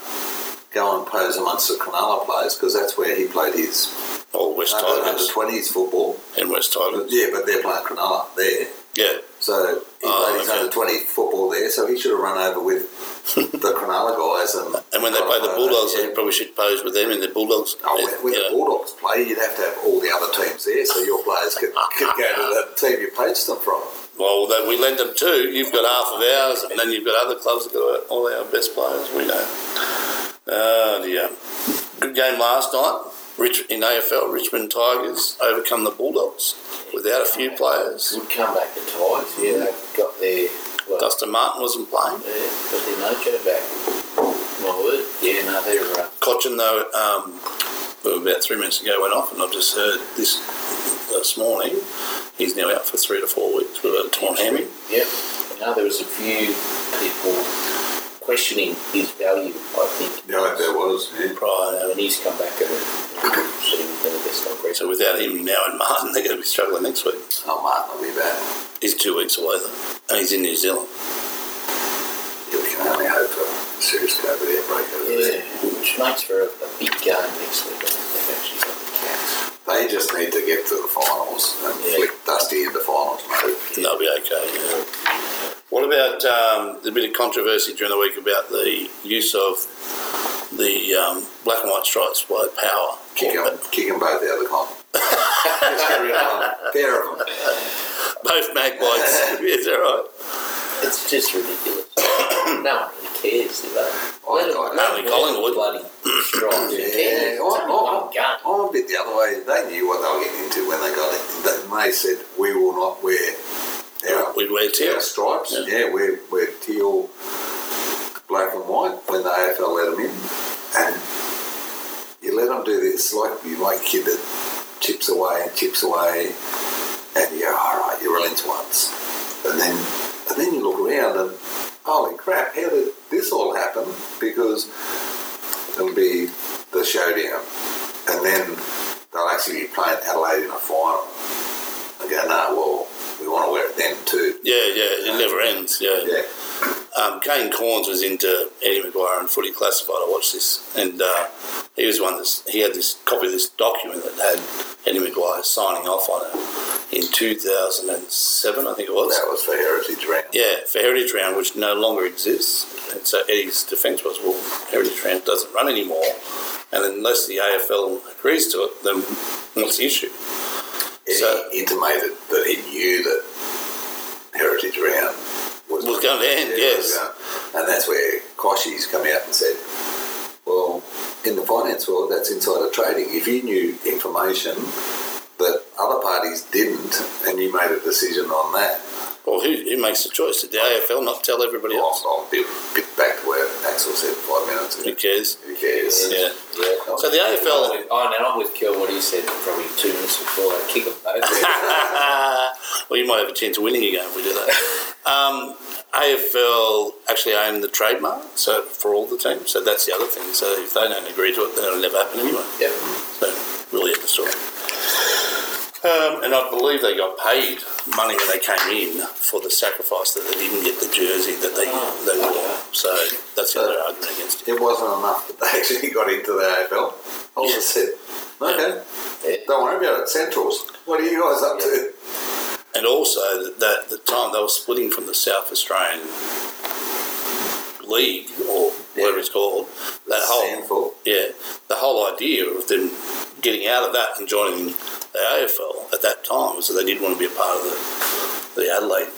Speaker 4: go and pose amongst the Cronulla players? Because that's where he played his
Speaker 2: Or West
Speaker 4: under
Speaker 2: Tigers
Speaker 4: twenties football.
Speaker 2: and West Tigers?
Speaker 4: Yeah, but they're playing Cronulla there.
Speaker 2: Yeah.
Speaker 4: So he
Speaker 2: Oh,
Speaker 4: played his
Speaker 2: okay.
Speaker 4: under twenty football there. So he should have run over
Speaker 2: <laughs>
Speaker 4: with the Cronulla guys and.
Speaker 2: And when they play the Bulldogs,
Speaker 4: Yeah.
Speaker 2: they probably should pose with them in the Bulldogs.
Speaker 4: Oh, when, when
Speaker 2: you
Speaker 4: the
Speaker 2: know.
Speaker 4: Bulldogs play, you'd have to have all the other teams there, so your players could, could go to the team you poached them from.
Speaker 2: Well, that we lend them two. You've got half of ours, and then you've got other clubs that got all our best players. We know. Oh dear. Good game last night. Rich in AFL, Richmond Tigers overcome the Bulldogs without a few players.
Speaker 3: Would come back to ties. Yeah, they've got their. Well,
Speaker 2: Dustin Martin wasn't playing.
Speaker 3: yeah, got their mojo back. My word. Yeah, no, they're. Uh,
Speaker 2: Cochin though, um, well, about three minutes ago went off, and I've just heard this this morning. He's now out for three to four weeks with a torn hammy.
Speaker 3: Yep. You know, there was a few people questioning his value, I think.
Speaker 4: Yeah, there was. Yeah.
Speaker 2: Prior,
Speaker 3: And he's come back and said he was going to get some credit.
Speaker 2: so without him now and Martin, they're going to be struggling next week.
Speaker 4: Oh, Martin will be back.
Speaker 2: He's two weeks away though, and he's in New Zealand.
Speaker 4: Yeah, we can only hope for a serious COVID outbreak over
Speaker 3: Yeah,
Speaker 4: there.
Speaker 3: which makes for a, a big game next week. I think they've actually got the Cats.
Speaker 4: They just need to get to the finals and
Speaker 3: Yeah.
Speaker 4: flick Dusty into finals, mate.
Speaker 2: And they'll be okay. Yeah. What about um, the bit of controversy during the week about the use of the um, black and white stripes by Power?
Speaker 4: Kick them, kick 'em both out of the comp. just get rid of them. Pair of them.
Speaker 2: Both magpies. <laughs> Is that right?
Speaker 3: It's just ridiculous. no one really cares, do they?
Speaker 4: I-
Speaker 3: Let 'em-
Speaker 4: I-
Speaker 3: let 'em
Speaker 2: Only
Speaker 3: wear
Speaker 2: Collingwood.
Speaker 3: the Bloody stripes. Who cares?
Speaker 4: Yeah, Oh,
Speaker 3: It's
Speaker 4: I,
Speaker 3: only one gun.
Speaker 4: I, I'm a bit the other way. They knew what they were getting into when they got it. They, they said, we will not wear our,
Speaker 2: We'd wear
Speaker 4: our
Speaker 2: teals.
Speaker 4: stripes.
Speaker 2: Yeah.
Speaker 4: Yeah, we're, we're teal, black and white when the AFL let them in. And you let them do this like you like kid that chips away and chips away and you go, all right, you relent once. And then, and then you look around and, holy crap, how did this all happen? Because it'll be the showdown. And then they'll actually be playing Adelaide in a final. I go, no, well, we want to wear it then too.
Speaker 2: Yeah, yeah, it never ends. Yeah.
Speaker 4: Yeah.
Speaker 2: Um, Kane Corns was into Eddie McGuire and Footy Classified. I watched this, and uh, he was one that's he had this copy of this document that had Eddie McGuire signing off on it in 2007, I think it was.
Speaker 4: That was for Heritage Round.
Speaker 2: Yeah, for Heritage Round, which no longer exists. And so Eddie's defence was, well, Heritage Round doesn't run anymore. And unless the AFL agrees to it, then what's the issue?
Speaker 4: Eddie
Speaker 2: So-
Speaker 4: intimated that he knew that Heritage Round was,
Speaker 2: Was going to end,
Speaker 4: Yeah,
Speaker 2: yes.
Speaker 4: was going- And that's where Koshi's come out and said, well, in the finance world, that's insider trading. If you knew information that other parties didn't and you made a decision on that,
Speaker 2: Well, who, who makes the choice? Did the AFL not tell everybody
Speaker 4: well,
Speaker 2: else?
Speaker 4: I'm, I'm a bit, bit back to where Axel said five minutes
Speaker 2: Who
Speaker 4: ago.
Speaker 2: cares?
Speaker 4: Who cares?
Speaker 2: Yeah.
Speaker 3: Yeah.
Speaker 2: So the
Speaker 3: Oh,
Speaker 2: AFL.
Speaker 3: and I'm with Kel what he said probably two minutes before they kick them
Speaker 4: <laughs>
Speaker 3: both.
Speaker 2: <laughs> well, you might have a chance of winning again if we do that. Um, AFL actually own the trademark, so for all the teams. So that's the other thing. So if they don't agree to it, then it'll never happen anyway.
Speaker 3: yep.
Speaker 2: So really at the story. Um, and I believe they got paid money when they came in for the sacrifice that they didn't get the jersey that they they wore. So that's the other argument against it.
Speaker 4: It wasn't enough that they <laughs> actually got into the AFL. I just said, okay,
Speaker 3: Yeah.
Speaker 4: don't worry about it. Centrals, what are you guys up to?
Speaker 2: And also that, that the time they were splitting from the South Australian league or whatever it's called, that whole
Speaker 4: Sandful.
Speaker 2: yeah, the whole idea of them getting out of that and joining the AFL at that time. So they did want to be a part of the, the Adelaide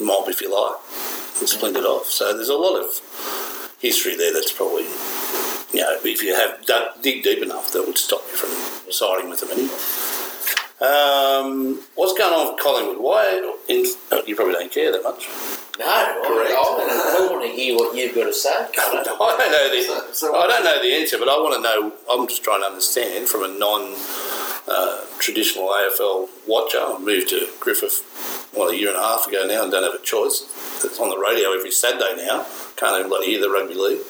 Speaker 2: mob, if you like, and splintered off. So there's a lot of history there that's probably, you know, if you have dug, dig deep enough, that would stop you from siding with them anyway. Um, what's going on with Collingwood? Why? In, oh, you probably don't care that much.
Speaker 3: No, I,
Speaker 4: Correct.
Speaker 3: I want to hear what you've got to say.
Speaker 2: <laughs> I don't know the
Speaker 4: So- so-
Speaker 2: I don't know the answer, but I want to know. I'm just trying to understand from a non uh, traditional AFL watcher. I moved to Griffith well a year and a half ago now, and don't have a choice. It's on the radio every Saturday now. Can't even bloody hear the rugby league.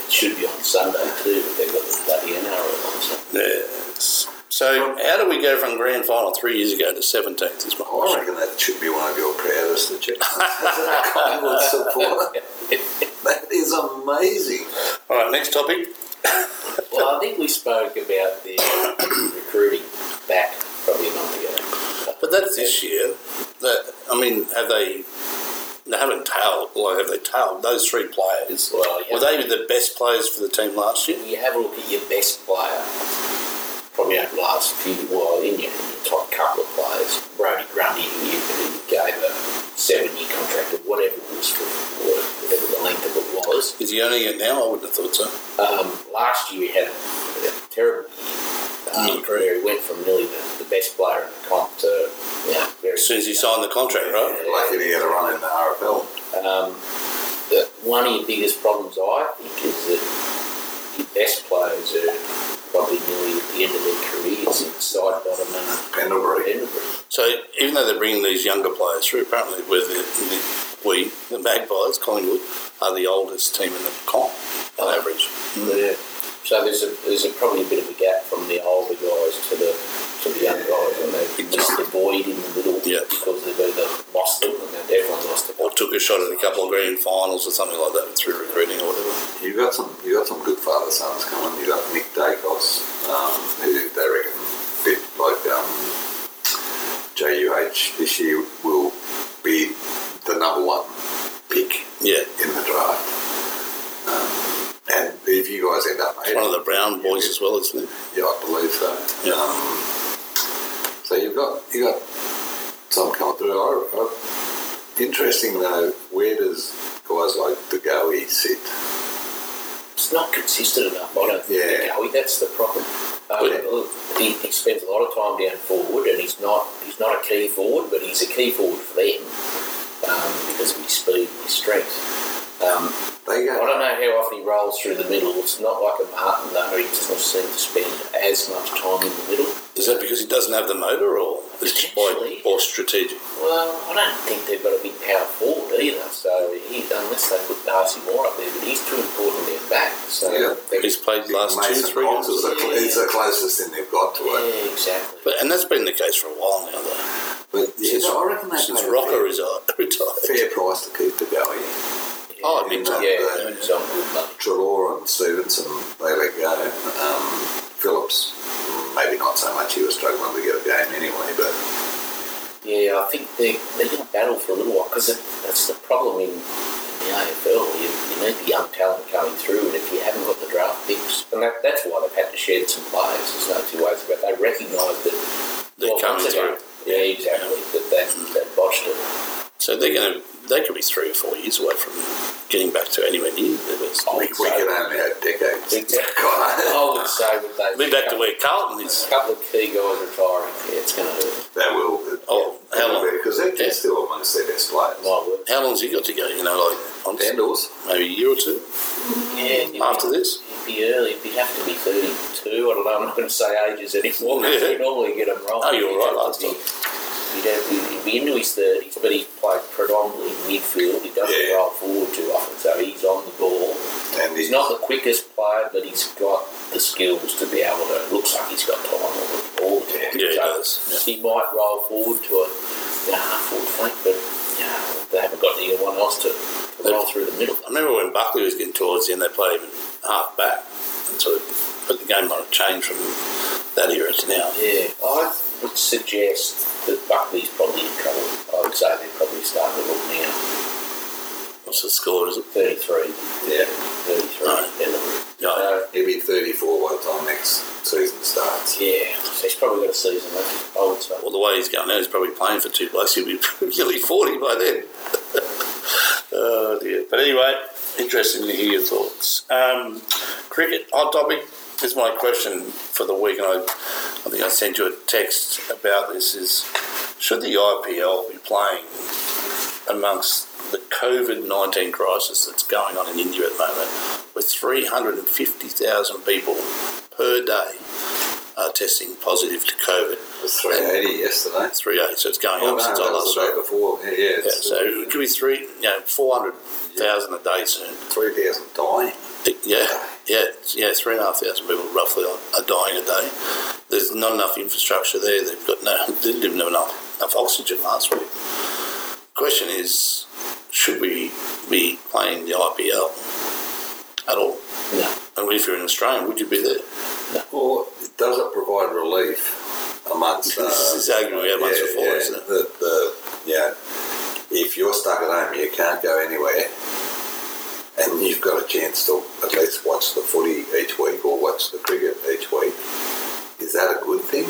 Speaker 3: It should be on Sunday too, but they've got the bloody NRL on Sunday.
Speaker 2: Yes. So how do we go from grand final three years ago to 17th? Is my
Speaker 4: Oh, I
Speaker 2: question.
Speaker 4: reckon that should be one of your proudest achievements. as a Collingwood supporter. That is amazing.
Speaker 2: All right, next topic.
Speaker 3: Well, I think we spoke about the <coughs> recruiting back probably a month ago.
Speaker 2: But that's this year. That I mean, have they? They haven't tailed. Like, have they tailed those three players?
Speaker 3: Well, yeah.
Speaker 2: Were they the best players for the team last year?
Speaker 3: You have a look at your best player, probably over the last few, well, in your, in your top couple of players, Brody Grundy, who you, who you gave a seven-year contract or whatever it was for, or whatever the length of it was.
Speaker 2: Is he earning it now? I wouldn't have thought so.
Speaker 3: Um, last year he had a, a terrible year. Um,
Speaker 2: Mm.
Speaker 3: where he went from nearly the, the best player in the comp to, you know, very
Speaker 2: As soon as he signed the contract, right?
Speaker 4: Lucky to get a run in the RFL.
Speaker 3: Um, the, one of your biggest problems, I think, is that your best players are probably nearly at the end of their careers in side bottom and
Speaker 4: Pendlebury.
Speaker 3: Edinburgh.
Speaker 2: So even though they're bringing these younger players through, apparently we're the, the we the Magpies, Collingwood, are the oldest team in the comp on average.
Speaker 3: Mm-hmm. Yeah. So there's a, there's a, probably a bit of a gap from the older guys to the to the young guys, and they've missed the void in the middle
Speaker 2: Yeah.
Speaker 3: because they've either lost them and then everyone's lost them.
Speaker 2: Or took a shot at a couple of grand finals or something like that through recruiting or whatever.
Speaker 4: You got some. You got some good father sons coming. You got Nick Dacos, um, who they reckon bit like um, JUH this year will be the number one pick
Speaker 2: Yeah,
Speaker 4: in the draft. Um, and if you guys end up,
Speaker 2: it's one of the Brown boys as well, isn't it?
Speaker 4: Yeah, I believe so.
Speaker 2: Yeah.
Speaker 4: Um, so you've got you got some coming through. I, I, interesting though, where does guys like the Goey sit?
Speaker 3: It's not consistent enough. I don't think
Speaker 4: Yeah.
Speaker 3: yeah. that's the problem. Um,
Speaker 2: Yeah.
Speaker 3: look, he, he spends a lot of time down forward, and he's not he's not a key forward, but he's a key forward for them um, because of his speed and his strength. Um,
Speaker 4: They
Speaker 3: I
Speaker 4: go.
Speaker 3: don't know how often he rolls through the middle. It's not like a Martin though; he doesn't seem to spend as much time in the middle.
Speaker 2: Is that because he doesn't have the motor, or is it by,
Speaker 3: Potentially.
Speaker 2: or strategic?
Speaker 3: Well, I don't think they've got a big power forward either. So he, unless they put Darcy Moore up there, but he's too important down back. So
Speaker 4: Yeah.
Speaker 3: they-
Speaker 2: He's played last two,
Speaker 4: Mason
Speaker 2: three
Speaker 4: Cox
Speaker 2: games.
Speaker 4: is the, cl- is the closest thing they've got to it.
Speaker 3: yeah, exactly.
Speaker 2: But, and that's been the case for a while now, though.
Speaker 4: But yeah,
Speaker 2: Since-
Speaker 4: so I reckon they
Speaker 2: Since
Speaker 4: paid a
Speaker 2: Rocker is uh, <laughs> retired.
Speaker 4: fair, fair price to keep the Goey.
Speaker 2: Oh,
Speaker 4: big
Speaker 3: yeah,
Speaker 4: time.
Speaker 3: yeah, it's on good money.
Speaker 4: Trelaw and Stevenson, they let go. Um, Phillips, maybe not so much. He was struggling to get a game anyway, but.
Speaker 3: Yeah, I think they they're going to battle for a little while because that's the problem in, in the AFL. You, you need the young talent coming through, and if you haven't got the draft picks, and that, that's why they've had to shed some players. There's no two ways about. it. They recognise that
Speaker 2: They're
Speaker 3: well,
Speaker 2: coming
Speaker 3: months ago-
Speaker 2: through.
Speaker 3: Yeah, exactly. That they, they botched it.
Speaker 2: So they're going to, they could be three or four years away from getting back to anywhere near their best.
Speaker 3: Oh,
Speaker 4: We, we
Speaker 3: so-
Speaker 4: could only have decades. <laughs>
Speaker 3: Exactly.
Speaker 4: God,
Speaker 2: Oh.
Speaker 3: I would say that they
Speaker 2: Be back to where Carlton is.
Speaker 3: A couple of key guys retiring. Yeah, it's going to hurt.
Speaker 4: that will.
Speaker 2: Oh, how long?
Speaker 4: Because they're
Speaker 2: Yeah.
Speaker 4: still amongst their best players.
Speaker 3: My word.
Speaker 2: How long's he got to go? You know, like on
Speaker 4: Vandals.
Speaker 2: maybe a year or two
Speaker 3: Yeah, you-
Speaker 2: after this.
Speaker 3: It'd be early. It'd be- have to be 32. I don't know. I'm not going to say ages anymore. because <laughs>
Speaker 2: Yeah.
Speaker 3: We normally get them wrong.
Speaker 2: Oh, you were right last
Speaker 3: He'd
Speaker 2: time.
Speaker 3: have- He'd, he'd be into his 30s, but he's played predominantly midfield. He doesn't
Speaker 4: Yeah.
Speaker 3: roll forward too often, so he's on the ball.
Speaker 4: And
Speaker 3: He's
Speaker 4: he's
Speaker 3: not the quickest player, but he's got the skills to be able to. Looks like he's got time on the ball. to him.
Speaker 2: Yeah, he
Speaker 3: So
Speaker 2: does. Yeah.
Speaker 3: He might roll forward to a you know, half forward flank, but yeah, they haven't got anyone else to, to roll through the middle.
Speaker 2: I remember when Buckley was getting towards the end, they played him half back. And so, but the game might have changed from that era to now.
Speaker 3: Yeah, I would suggest that Buckley's probably in trouble. I would say they're probably starting to look now.
Speaker 2: What's the score? Is it
Speaker 3: 33,
Speaker 4: yeah.
Speaker 3: 33
Speaker 2: Right.
Speaker 3: Penrith.
Speaker 2: Yeah.
Speaker 3: So,
Speaker 4: He'll be 34 by the time next season starts.
Speaker 3: Yeah, so he's probably got a season left. I would say.
Speaker 2: Well, the way he's going now, he's probably playing for two blokes. He'll be <laughs> nearly 40 by then. <laughs> oh, dear. But anyway, interesting to hear your thoughts. Um, cricket, hot topic. This is my question for the week, and I, I think I sent you a text about this, is should the IPL be playing amongst the COVID-19 crisis that's going on in India at the moment, with 350,000 people per day are testing positive to COVID.
Speaker 4: It was 380 yesterday.
Speaker 2: Three eight, so it's going
Speaker 4: Oh,
Speaker 2: up
Speaker 4: no,
Speaker 2: since I
Speaker 4: that
Speaker 2: last
Speaker 4: was the
Speaker 2: saw
Speaker 4: day
Speaker 2: it.
Speaker 4: before. Yeah, yeah.
Speaker 2: Yeah,
Speaker 4: it's-
Speaker 2: so it could be three, you know, four hundred thousand a day soon.
Speaker 4: 3,000 dying.
Speaker 2: Yeah, yeah, yeah. Three and a half thousand people roughly are are dying a day. There's not enough infrastructure there. They've got no, they didn't have enough, enough oxygen last week. Question is, should we be playing the IPL at all?
Speaker 3: No.
Speaker 2: And if you're an Australian, would you be there?
Speaker 4: Well, does it provide relief amongst...
Speaker 2: <laughs>
Speaker 4: Uh,
Speaker 2: this is argument we had once before, isn't it?
Speaker 4: The, the, yeah, if you're stuck at home, you can't go anywhere, and you've got a chance to at least watch the footy each week or watch the cricket each week. Is that a good thing?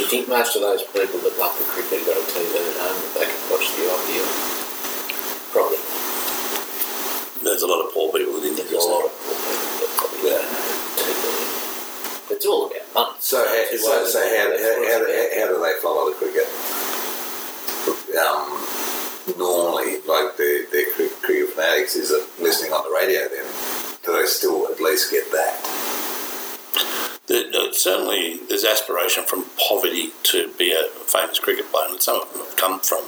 Speaker 3: You think most of those people that love the cricket have got a TV at home that they can watch the IPL? Probably.
Speaker 2: There's a lot of poor people in India.
Speaker 3: There's a lot of poor people that probably don't have TV. But It's all about money.
Speaker 4: So, ha- so, so how, how, how, do- how do they follow the cricket? Um, normally, like the, the cri- cricket fanatics, is it listening on the radio then? Do they still at least get that?
Speaker 2: There, uh, certainly, there's aspiration from poverty to be a famous cricket player, and some of them have come from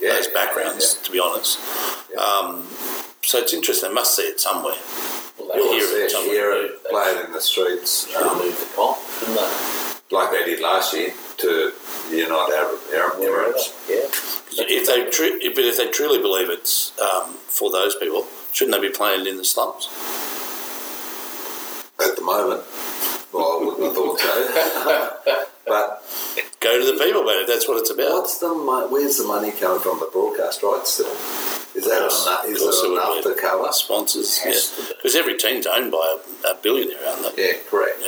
Speaker 4: Yeah,
Speaker 2: those
Speaker 4: yeah,
Speaker 2: backgrounds, to be honest. Um, so it's interesting. They must see it somewhere.
Speaker 3: Well, they
Speaker 2: You'll
Speaker 3: should
Speaker 2: hear it
Speaker 4: Yeah, yeah,
Speaker 2: somewhere.
Speaker 4: hear it, play it in the streets. Um,
Speaker 3: remove the comp, shouldn't they?
Speaker 4: like they did last year to the United Arab Arab Emirates.
Speaker 3: Yeah.
Speaker 2: If they, tru- if- but if they truly believe it's um, for those people, shouldn't they be playing it in the slums?
Speaker 4: At the moment, well, I wouldn't have thought so. <laughs> but
Speaker 2: Go to the people, but if that's what it's about.
Speaker 4: what's the mo- where's the money coming from? The broadcast rights still? Is that
Speaker 2: Yes,
Speaker 4: enough?
Speaker 2: of
Speaker 4: Is
Speaker 2: course
Speaker 4: it
Speaker 2: it would
Speaker 4: enough
Speaker 2: be.
Speaker 4: to cover?
Speaker 2: Sponsors,
Speaker 3: Has to be.
Speaker 2: because every team's owned by a, a billionaire, aren't they?
Speaker 4: Yeah, correct.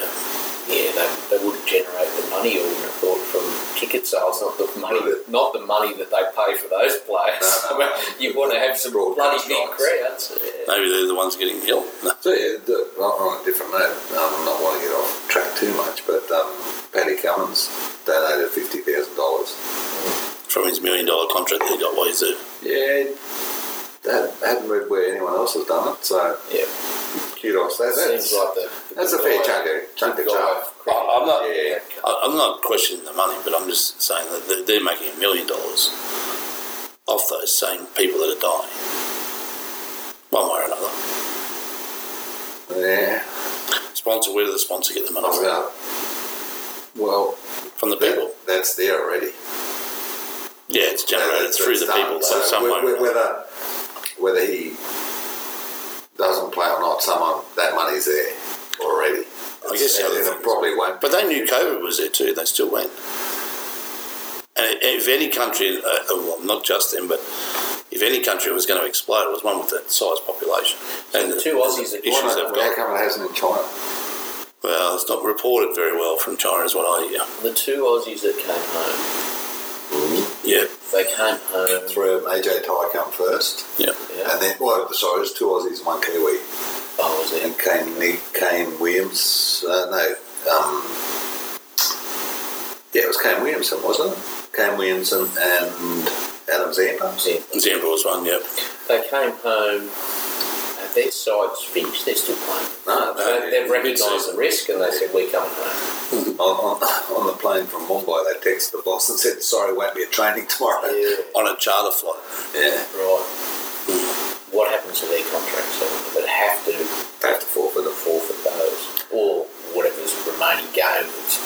Speaker 3: Yeah, they, they wouldn't generate the money or the thought from ticket sales, not the money, that, not the money that they pay for those
Speaker 4: <laughs>
Speaker 3: players. <laughs>
Speaker 4: No, no.
Speaker 3: you want to have some bloody
Speaker 4: Broadcast
Speaker 3: big
Speaker 4: rights.
Speaker 3: crowds. Yeah.
Speaker 2: Maybe they're the ones getting ill. No.
Speaker 4: So yeah, the, on- on a different note, um, I'm not wanting to get off track too much, but um, Paddy Cummins donated fifty thousand dollars.
Speaker 2: <laughs> From his million dollar contract that he got while he's there.
Speaker 4: Yeah, that hadn't read where anyone else has done it, so
Speaker 3: yeah.
Speaker 4: kudos. That,
Speaker 3: Seems
Speaker 4: that's
Speaker 3: like the, the
Speaker 4: that's a fair
Speaker 3: good guy-
Speaker 4: chunk of chunk
Speaker 3: good
Speaker 4: of
Speaker 3: guy.
Speaker 4: chaff.
Speaker 2: I- I'm not.
Speaker 4: Yeah.
Speaker 2: I- I'm not questioning the money, but I'm just saying that they're, they're making a million dollars off those same people that are dying, one way or another.
Speaker 4: Yeah.
Speaker 2: Sponsor, where do the sponsor get the money
Speaker 4: I
Speaker 2: from?
Speaker 4: mean, well,
Speaker 2: From the
Speaker 4: that,
Speaker 2: people.
Speaker 4: that's there already.
Speaker 2: Yeah, it's generated
Speaker 4: That's-
Speaker 2: through
Speaker 4: that's
Speaker 2: the
Speaker 4: done.
Speaker 2: people. So, some
Speaker 4: whe-
Speaker 2: way
Speaker 4: whe-
Speaker 2: or another.
Speaker 4: whether whether he doesn't play or not, someone that money's there already.
Speaker 2: I guess the
Speaker 4: and
Speaker 2: other
Speaker 4: it
Speaker 2: thing is-
Speaker 4: probably won't.
Speaker 2: But they knew COVID was there too. They still went. And if any country, uh, well, not just them, but if any country was going to explode, it was one with that size population. And
Speaker 3: the two Aussies that
Speaker 2: issues
Speaker 4: Why
Speaker 2: they've
Speaker 4: not- how
Speaker 2: got.
Speaker 4: come it hasn't in China?
Speaker 2: Well, it's not reported very well from China, is what I hear.
Speaker 3: The two Aussies that came home, Mm-hmm.
Speaker 2: Yeah,
Speaker 3: they came home.
Speaker 4: Three of them, AJ Ty come first,
Speaker 2: yeah.
Speaker 3: Yeah.
Speaker 4: and then well, sorry, there's two Aussies, one Kiwi,
Speaker 3: Oh, was it?
Speaker 4: and Kane Ni- Kane Williams. Uh, no, um, yeah, it was Kane Williamson, wasn't it? Kane Williamson and Adam Zampa.
Speaker 3: Yeah.
Speaker 2: Zambia was one, yeah.
Speaker 3: They came home. And their side's finished. They're still playing.
Speaker 4: No,
Speaker 3: They-
Speaker 4: no,
Speaker 3: They've
Speaker 4: on,
Speaker 3: recognised the risk and they said, we're coming home.
Speaker 4: on, on the plane from Mumbai, they texted the boss and said, "Sorry, won't be at training tomorrow."
Speaker 3: Yeah.
Speaker 2: On a charter flight.
Speaker 4: Yeah,
Speaker 3: Right. What happens to their contracts? They would have to
Speaker 4: they have to forfeit it.
Speaker 3: forfeit those or whatever's remaining game, it's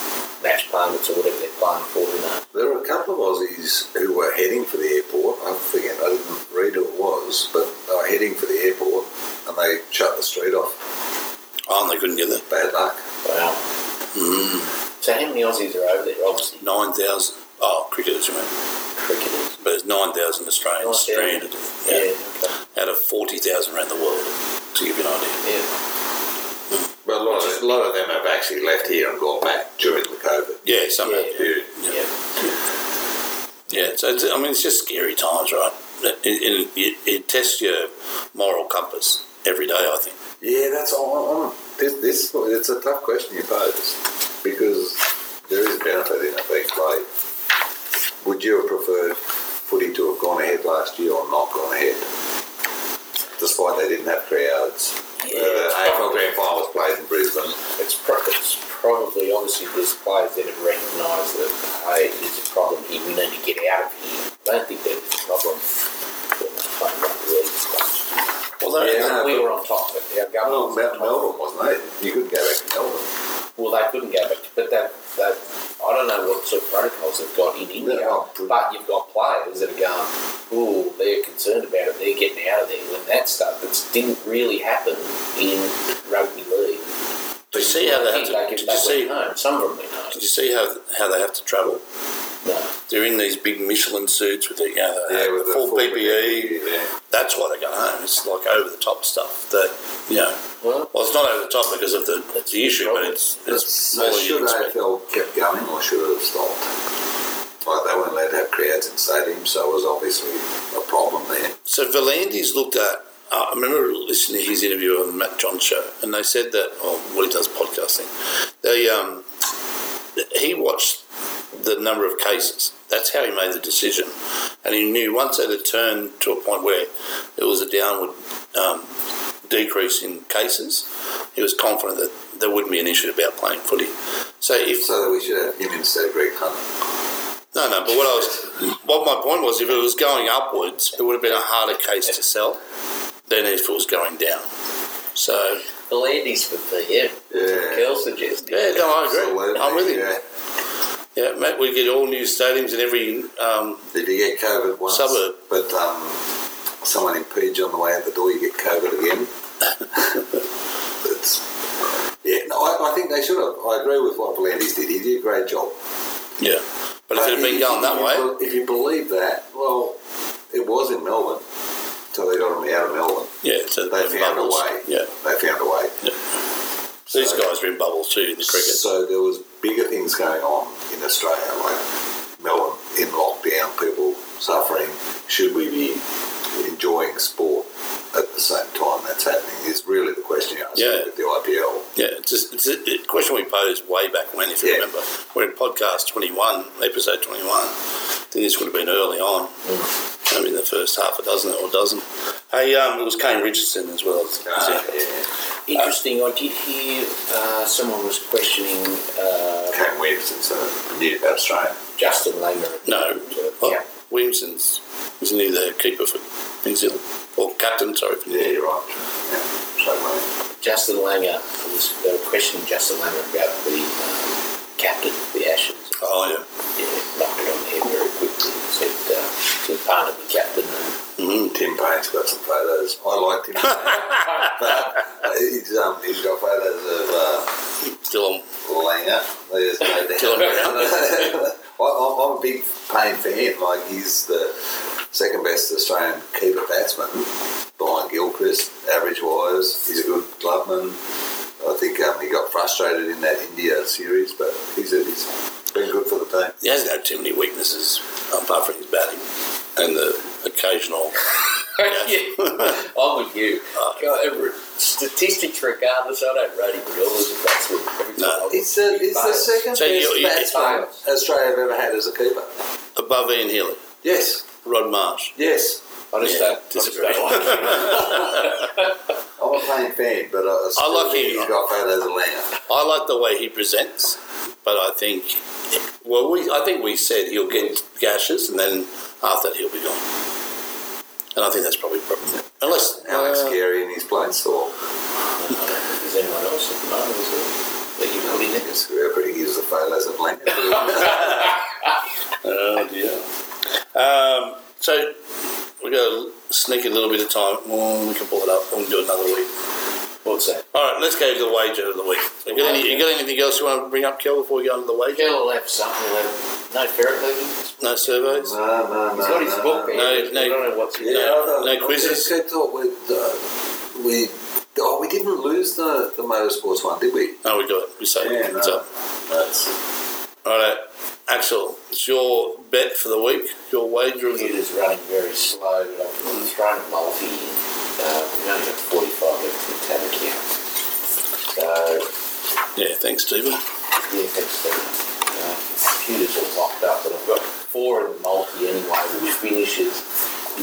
Speaker 3: match payments or whatever they're playing for, you know.
Speaker 4: There were a couple of Aussies who were heading for the airport. I forget, I didn't read who it was, but they were heading for the airport and they shut the street off.
Speaker 2: Oh, and they couldn't get there. Mm.
Speaker 4: Bad luck.
Speaker 3: Wow. So how many Aussies are over there? Obviously,
Speaker 2: 9,000. Oh, cricketers, you mean.
Speaker 3: cricketers.
Speaker 2: But there's 9,000 Australians
Speaker 3: 9,000.
Speaker 2: stranded.
Speaker 3: Yeah,
Speaker 2: Yeah.
Speaker 3: okay.
Speaker 2: Out of 40,000 around the world, to give you an idea.
Speaker 3: Yeah.
Speaker 4: Well, a lot
Speaker 3: Which is
Speaker 4: most, a lot of them have actually left here and gone back during the COVID
Speaker 2: Yeah, some
Speaker 3: Yeah.
Speaker 4: period.
Speaker 3: Yeah.
Speaker 2: Yeah, so it's, I mean, it's just scary times, right? It, it, it, it tests your moral compass every day, I think.
Speaker 4: Yeah, that's all. I'm, this, this, it's a tough question you pose because there is a benefit in it. Things like, would you have preferred footy to have gone ahead last year or not gone ahead, despite they didn't have crowds?
Speaker 3: Yeah.
Speaker 4: Uh, the AFL Grand Final was played in Brisbane.
Speaker 3: It's, pro- it's probably obviously there's players that have recognised that hey, there's a problem here. We need to get out of here. I don't think there was a problem when they played rugby league last year.
Speaker 4: Although yeah,
Speaker 3: we
Speaker 4: but-
Speaker 3: were on top of it. Our government
Speaker 4: well,
Speaker 3: was
Speaker 4: Oh, Mount Melbourne wasn't
Speaker 3: on top.
Speaker 4: it? You couldn't go back to Melbourne.
Speaker 3: Well, they couldn't go back, to- but that that I don't know what sort of protocols they've got in India.
Speaker 4: No.
Speaker 3: But you've got players that are going, oh, they're concerned about it. They're getting out of there. When that stuff that didn't really happen in rugby league.
Speaker 2: Did you see how they had
Speaker 3: They
Speaker 2: to?
Speaker 3: get
Speaker 2: Did you
Speaker 3: back
Speaker 2: see?
Speaker 3: home? Some of them went
Speaker 2: Did
Speaker 3: home.
Speaker 2: you see how how they have to travel?
Speaker 3: No.
Speaker 2: They're in these big Michelin suits with the, you know, they have
Speaker 4: with
Speaker 2: the
Speaker 4: the
Speaker 2: full
Speaker 4: full E.
Speaker 2: PPE.
Speaker 4: PPE, yeah.
Speaker 2: That's why they go home. It's like over the top stuff that you know.
Speaker 3: Well,
Speaker 2: Well, it's not over the top because of the, the issue, but it's it's
Speaker 4: So
Speaker 2: more than
Speaker 4: should
Speaker 2: you expect.
Speaker 4: AFL kept going or should it have stopped? Like they weren't allowed to have crowds in stadiums, so it was obviously a problem there.
Speaker 2: So Valandis looked at. Uh, I remember listening to his interview on the Matt John show, and they said that. Oh, well, he does podcasting. They um, he watched the number of cases. That's how he made the decision, and he knew once it had turned to a point where it was a downward um, decrease in cases, he was confident that there wouldn't be an issue about playing footy. So if
Speaker 4: So that we should have him instead of Greg Hunt.
Speaker 2: no, no. But what I was, what my point was, if it was going upwards, it would have been a harder case to sell than if it was going down. So
Speaker 3: the ladies would be, yeah.
Speaker 4: Yeah.
Speaker 3: Kel suggested.
Speaker 2: yeah, no, I agree.
Speaker 4: Absolutely,
Speaker 2: Oh, I'm with you.
Speaker 4: yeah.
Speaker 2: Yeah, mate, we get all new stadiums in every. Um,
Speaker 4: If you get COVID once,
Speaker 2: Suburb.
Speaker 4: but um, someone impedes you on the way out the door, you get
Speaker 2: <laughs>
Speaker 4: COVID again. it's, yeah, no, I, I think they should have. I agree with what Valandis did. He did a great job.
Speaker 2: yeah, but if it had been going that
Speaker 4: you
Speaker 2: way,
Speaker 4: be- if you believe that, well, it was in Melbourne, so they got him out of Melbourne.
Speaker 2: yeah, so
Speaker 4: They
Speaker 2: the
Speaker 4: found a
Speaker 2: bubbles.
Speaker 4: way.
Speaker 2: Yeah,
Speaker 4: They found a way.
Speaker 2: these guys are in bubbles too in the cricket.
Speaker 4: So there was bigger things going on in Australia, like Melbourne in lockdown, people suffering. Should we be enjoying sport at the same time that's happening? Is really the question you asked
Speaker 2: Yeah.
Speaker 4: with the IPL.
Speaker 2: Yeah, it's, just, it's a a question we posed way back when, if you
Speaker 4: Yeah.
Speaker 2: remember. We're in podcast 21, episode 21. I think this would have been early on, maybe in the first half a dozen or a dozen. Hey, um, it was Kane Richardson as well. as-
Speaker 4: Ah,
Speaker 2: yeah.
Speaker 3: Interesting. I did hear uh, someone was questioning uh,
Speaker 4: Cam Williamson's a new Australian.
Speaker 3: Justin Langer.
Speaker 2: No, oh,
Speaker 3: Yeah.
Speaker 2: Williamson's, isn't he the keeper for New Zealand? Or captain, sorry, for New
Speaker 4: Yeah,
Speaker 2: Zealand.
Speaker 4: you're right. Yeah. So, uh,
Speaker 3: Justin Langer was they were questioning Justin Langer about the um, captain of the Ashes.
Speaker 2: Oh, yeah.
Speaker 3: Yeah, knocked it on the head very quickly. Said uh, he was part of the captain and <laughs>
Speaker 2: Mm-hmm.
Speaker 4: Tim Payne's got some photos. I like
Speaker 2: <laughs>
Speaker 4: Tim Payne. he's, um, he's got photos of. Uh,
Speaker 2: Still on.
Speaker 4: Langer. They just go down.
Speaker 2: Killing it.
Speaker 4: <laughs> I, I'm, I'm a big pain for him. Like he's the second best Australian keeper batsman behind Gilchrist, average wise. He's a good gloveman. I think um, he got frustrated in that India series, but he's, he's been good for the team.
Speaker 2: He hasn't had too many weaknesses apart from his batting and the occasional.
Speaker 3: I'm with you.
Speaker 2: Uh,
Speaker 3: God, every- statistics regardless, I don't rate him at all as a batsman. Every time
Speaker 2: No.
Speaker 3: I look
Speaker 4: He's
Speaker 3: at
Speaker 4: the,
Speaker 3: him, he
Speaker 4: he's the
Speaker 3: fails.
Speaker 4: second
Speaker 2: So
Speaker 4: best
Speaker 2: you- you-
Speaker 4: batsman Australia have ever had as a keeper.
Speaker 2: <laughs> Above Ian Healy,
Speaker 4: Yes,
Speaker 2: Rod Marsh.
Speaker 4: yes.
Speaker 3: I just
Speaker 2: Yeah,
Speaker 3: don't, I just
Speaker 2: disagree.
Speaker 3: don't
Speaker 2: <laughs>
Speaker 3: like him.
Speaker 4: I'm a Payne fan, but I,
Speaker 2: I like
Speaker 4: still think
Speaker 2: him.
Speaker 4: He's got photos of Langer.
Speaker 2: I like the way he presents, but I think, well, we I think we said he'll get gashes, and then after that he'll be gone. And I think that's probably probably unless
Speaker 4: Alex
Speaker 2: uh,
Speaker 4: Carey in his playing store.
Speaker 3: Is anyone else at the moment? Is there? That you put in there?
Speaker 4: Yes, whoever he is, the photos of Langford.
Speaker 2: oh dear. Um, so we got to sneak a little bit of time. Well, we can pull it up. We can do it another week.
Speaker 3: What's that?
Speaker 2: All right, let's go to the wager of the week. You got, any, you got anything else you want to bring up, Kel, before we go on to the wager?
Speaker 3: Miguel will have something. He'll have no ferret leaving.
Speaker 2: No surveys.
Speaker 4: no, no, no.
Speaker 3: He's got his
Speaker 4: no,
Speaker 3: book
Speaker 4: no.
Speaker 3: there.
Speaker 2: No,
Speaker 3: I don't know what's in
Speaker 2: No,
Speaker 4: Yeah, I thought-
Speaker 2: no quizzes?
Speaker 4: I thought we'd, uh, we Oh, we didn't lose the, the motorsports one, did we?
Speaker 2: No, we got it. We saved
Speaker 4: Yeah,
Speaker 2: it.
Speaker 4: no.
Speaker 2: It's up.
Speaker 3: That's,
Speaker 2: All right, Axel, it's your bet for the week, your wager of the
Speaker 3: computer's running very slow, but I've been throwing a multi in. Uh, we only got 45 left in the tab account. So,
Speaker 2: Yeah, thanks, Stephen.
Speaker 3: yeah, thanks, Steve. Uh, computers are locked up, but I've got four in multi anyway, which finishes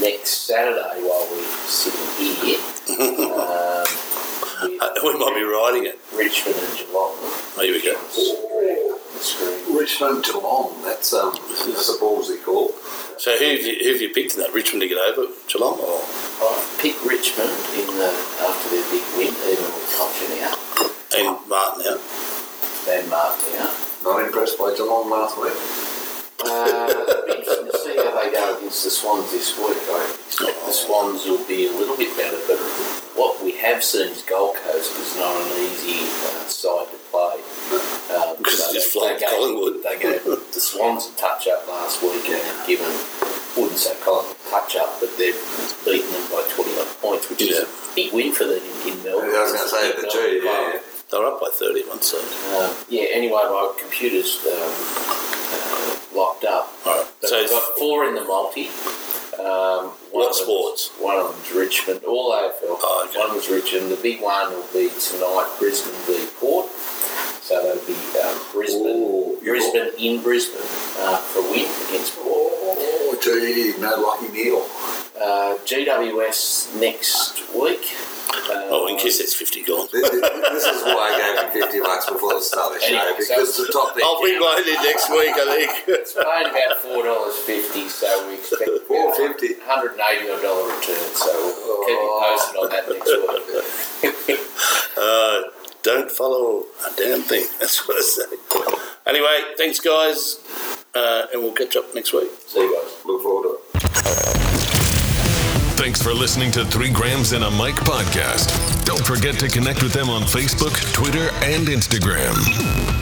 Speaker 3: next Saturday while we're sitting here. um, with
Speaker 2: Uh, we might be riding it.
Speaker 3: Richmond and Geelong.
Speaker 2: Oh, here we go.
Speaker 3: On the screen.
Speaker 4: Richmond Geelong. That's um, that's a ballsy call.
Speaker 2: So who have you, who have you picked in that? Richmond to get over Geelong? Or?
Speaker 3: I've picked Richmond in the, after their big win, even with Cochin out
Speaker 2: And Martin out.
Speaker 3: and Martin out.
Speaker 4: Not impressed by Geelong last week.
Speaker 3: Uh, it'll be interesting to see how they go against the Swans this week. I expect the Swans will be a little bit better, but what we have seen is Gold Coast is not an easy uh, side to play. Um,
Speaker 2: Because
Speaker 3: so
Speaker 2: it just
Speaker 3: they-
Speaker 2: flogged
Speaker 3: they gave-
Speaker 2: Collingwood.
Speaker 3: They gave the Swans a touch up last week and they've given, wouldn't say Collingwood a touch up, but they've beaten them by 21 points, which is
Speaker 2: Yeah.
Speaker 3: a big win for them in, in
Speaker 4: I
Speaker 3: Melbourne.
Speaker 4: was going to say the two. Yeah, yeah.
Speaker 2: They were up by 30 at one side.
Speaker 3: Um, yeah, anyway, my computer's um, uh, locked up.
Speaker 2: All right.
Speaker 3: But
Speaker 2: So
Speaker 3: I've got four in the multi. Um, one
Speaker 2: What
Speaker 3: of them's-
Speaker 2: sports?
Speaker 3: One of them's Richmond, all AFL.
Speaker 2: Oh, okay.
Speaker 3: One was Richmond. The big one will be tonight, Brisbane v Port. So that'll be um, Brisbane,
Speaker 4: Ooh, you're-
Speaker 3: Brisbane in Brisbane uh, for a win against Port.
Speaker 4: Oh, gee, no lucky needle.
Speaker 3: Uh, GWS next week. Uh,
Speaker 2: oh, in case it's 50 gone.
Speaker 4: This, this is why I gave him 50 bucks before the start of the show,
Speaker 3: Anyway, so-
Speaker 4: because the top thing.
Speaker 2: I'll bring mine in next week, I think. <laughs>
Speaker 3: It's paid about four dollars fifty, so we expect about
Speaker 4: $4.50.
Speaker 3: one hundred and eighty odd dollar return. So we'll keep
Speaker 2: Oh.
Speaker 3: you posted on that next week.
Speaker 2: Uh, don't follow a damn thing. <laughs> That's what I say. Anyway, thanks, guys. Uh, and we'll catch up next week.
Speaker 3: See you guys.
Speaker 4: Look forward to it.
Speaker 1: Thanks for listening to Three Grams and a Mic podcast. Don't forget to connect with them on Facebook, Twitter, and Instagram.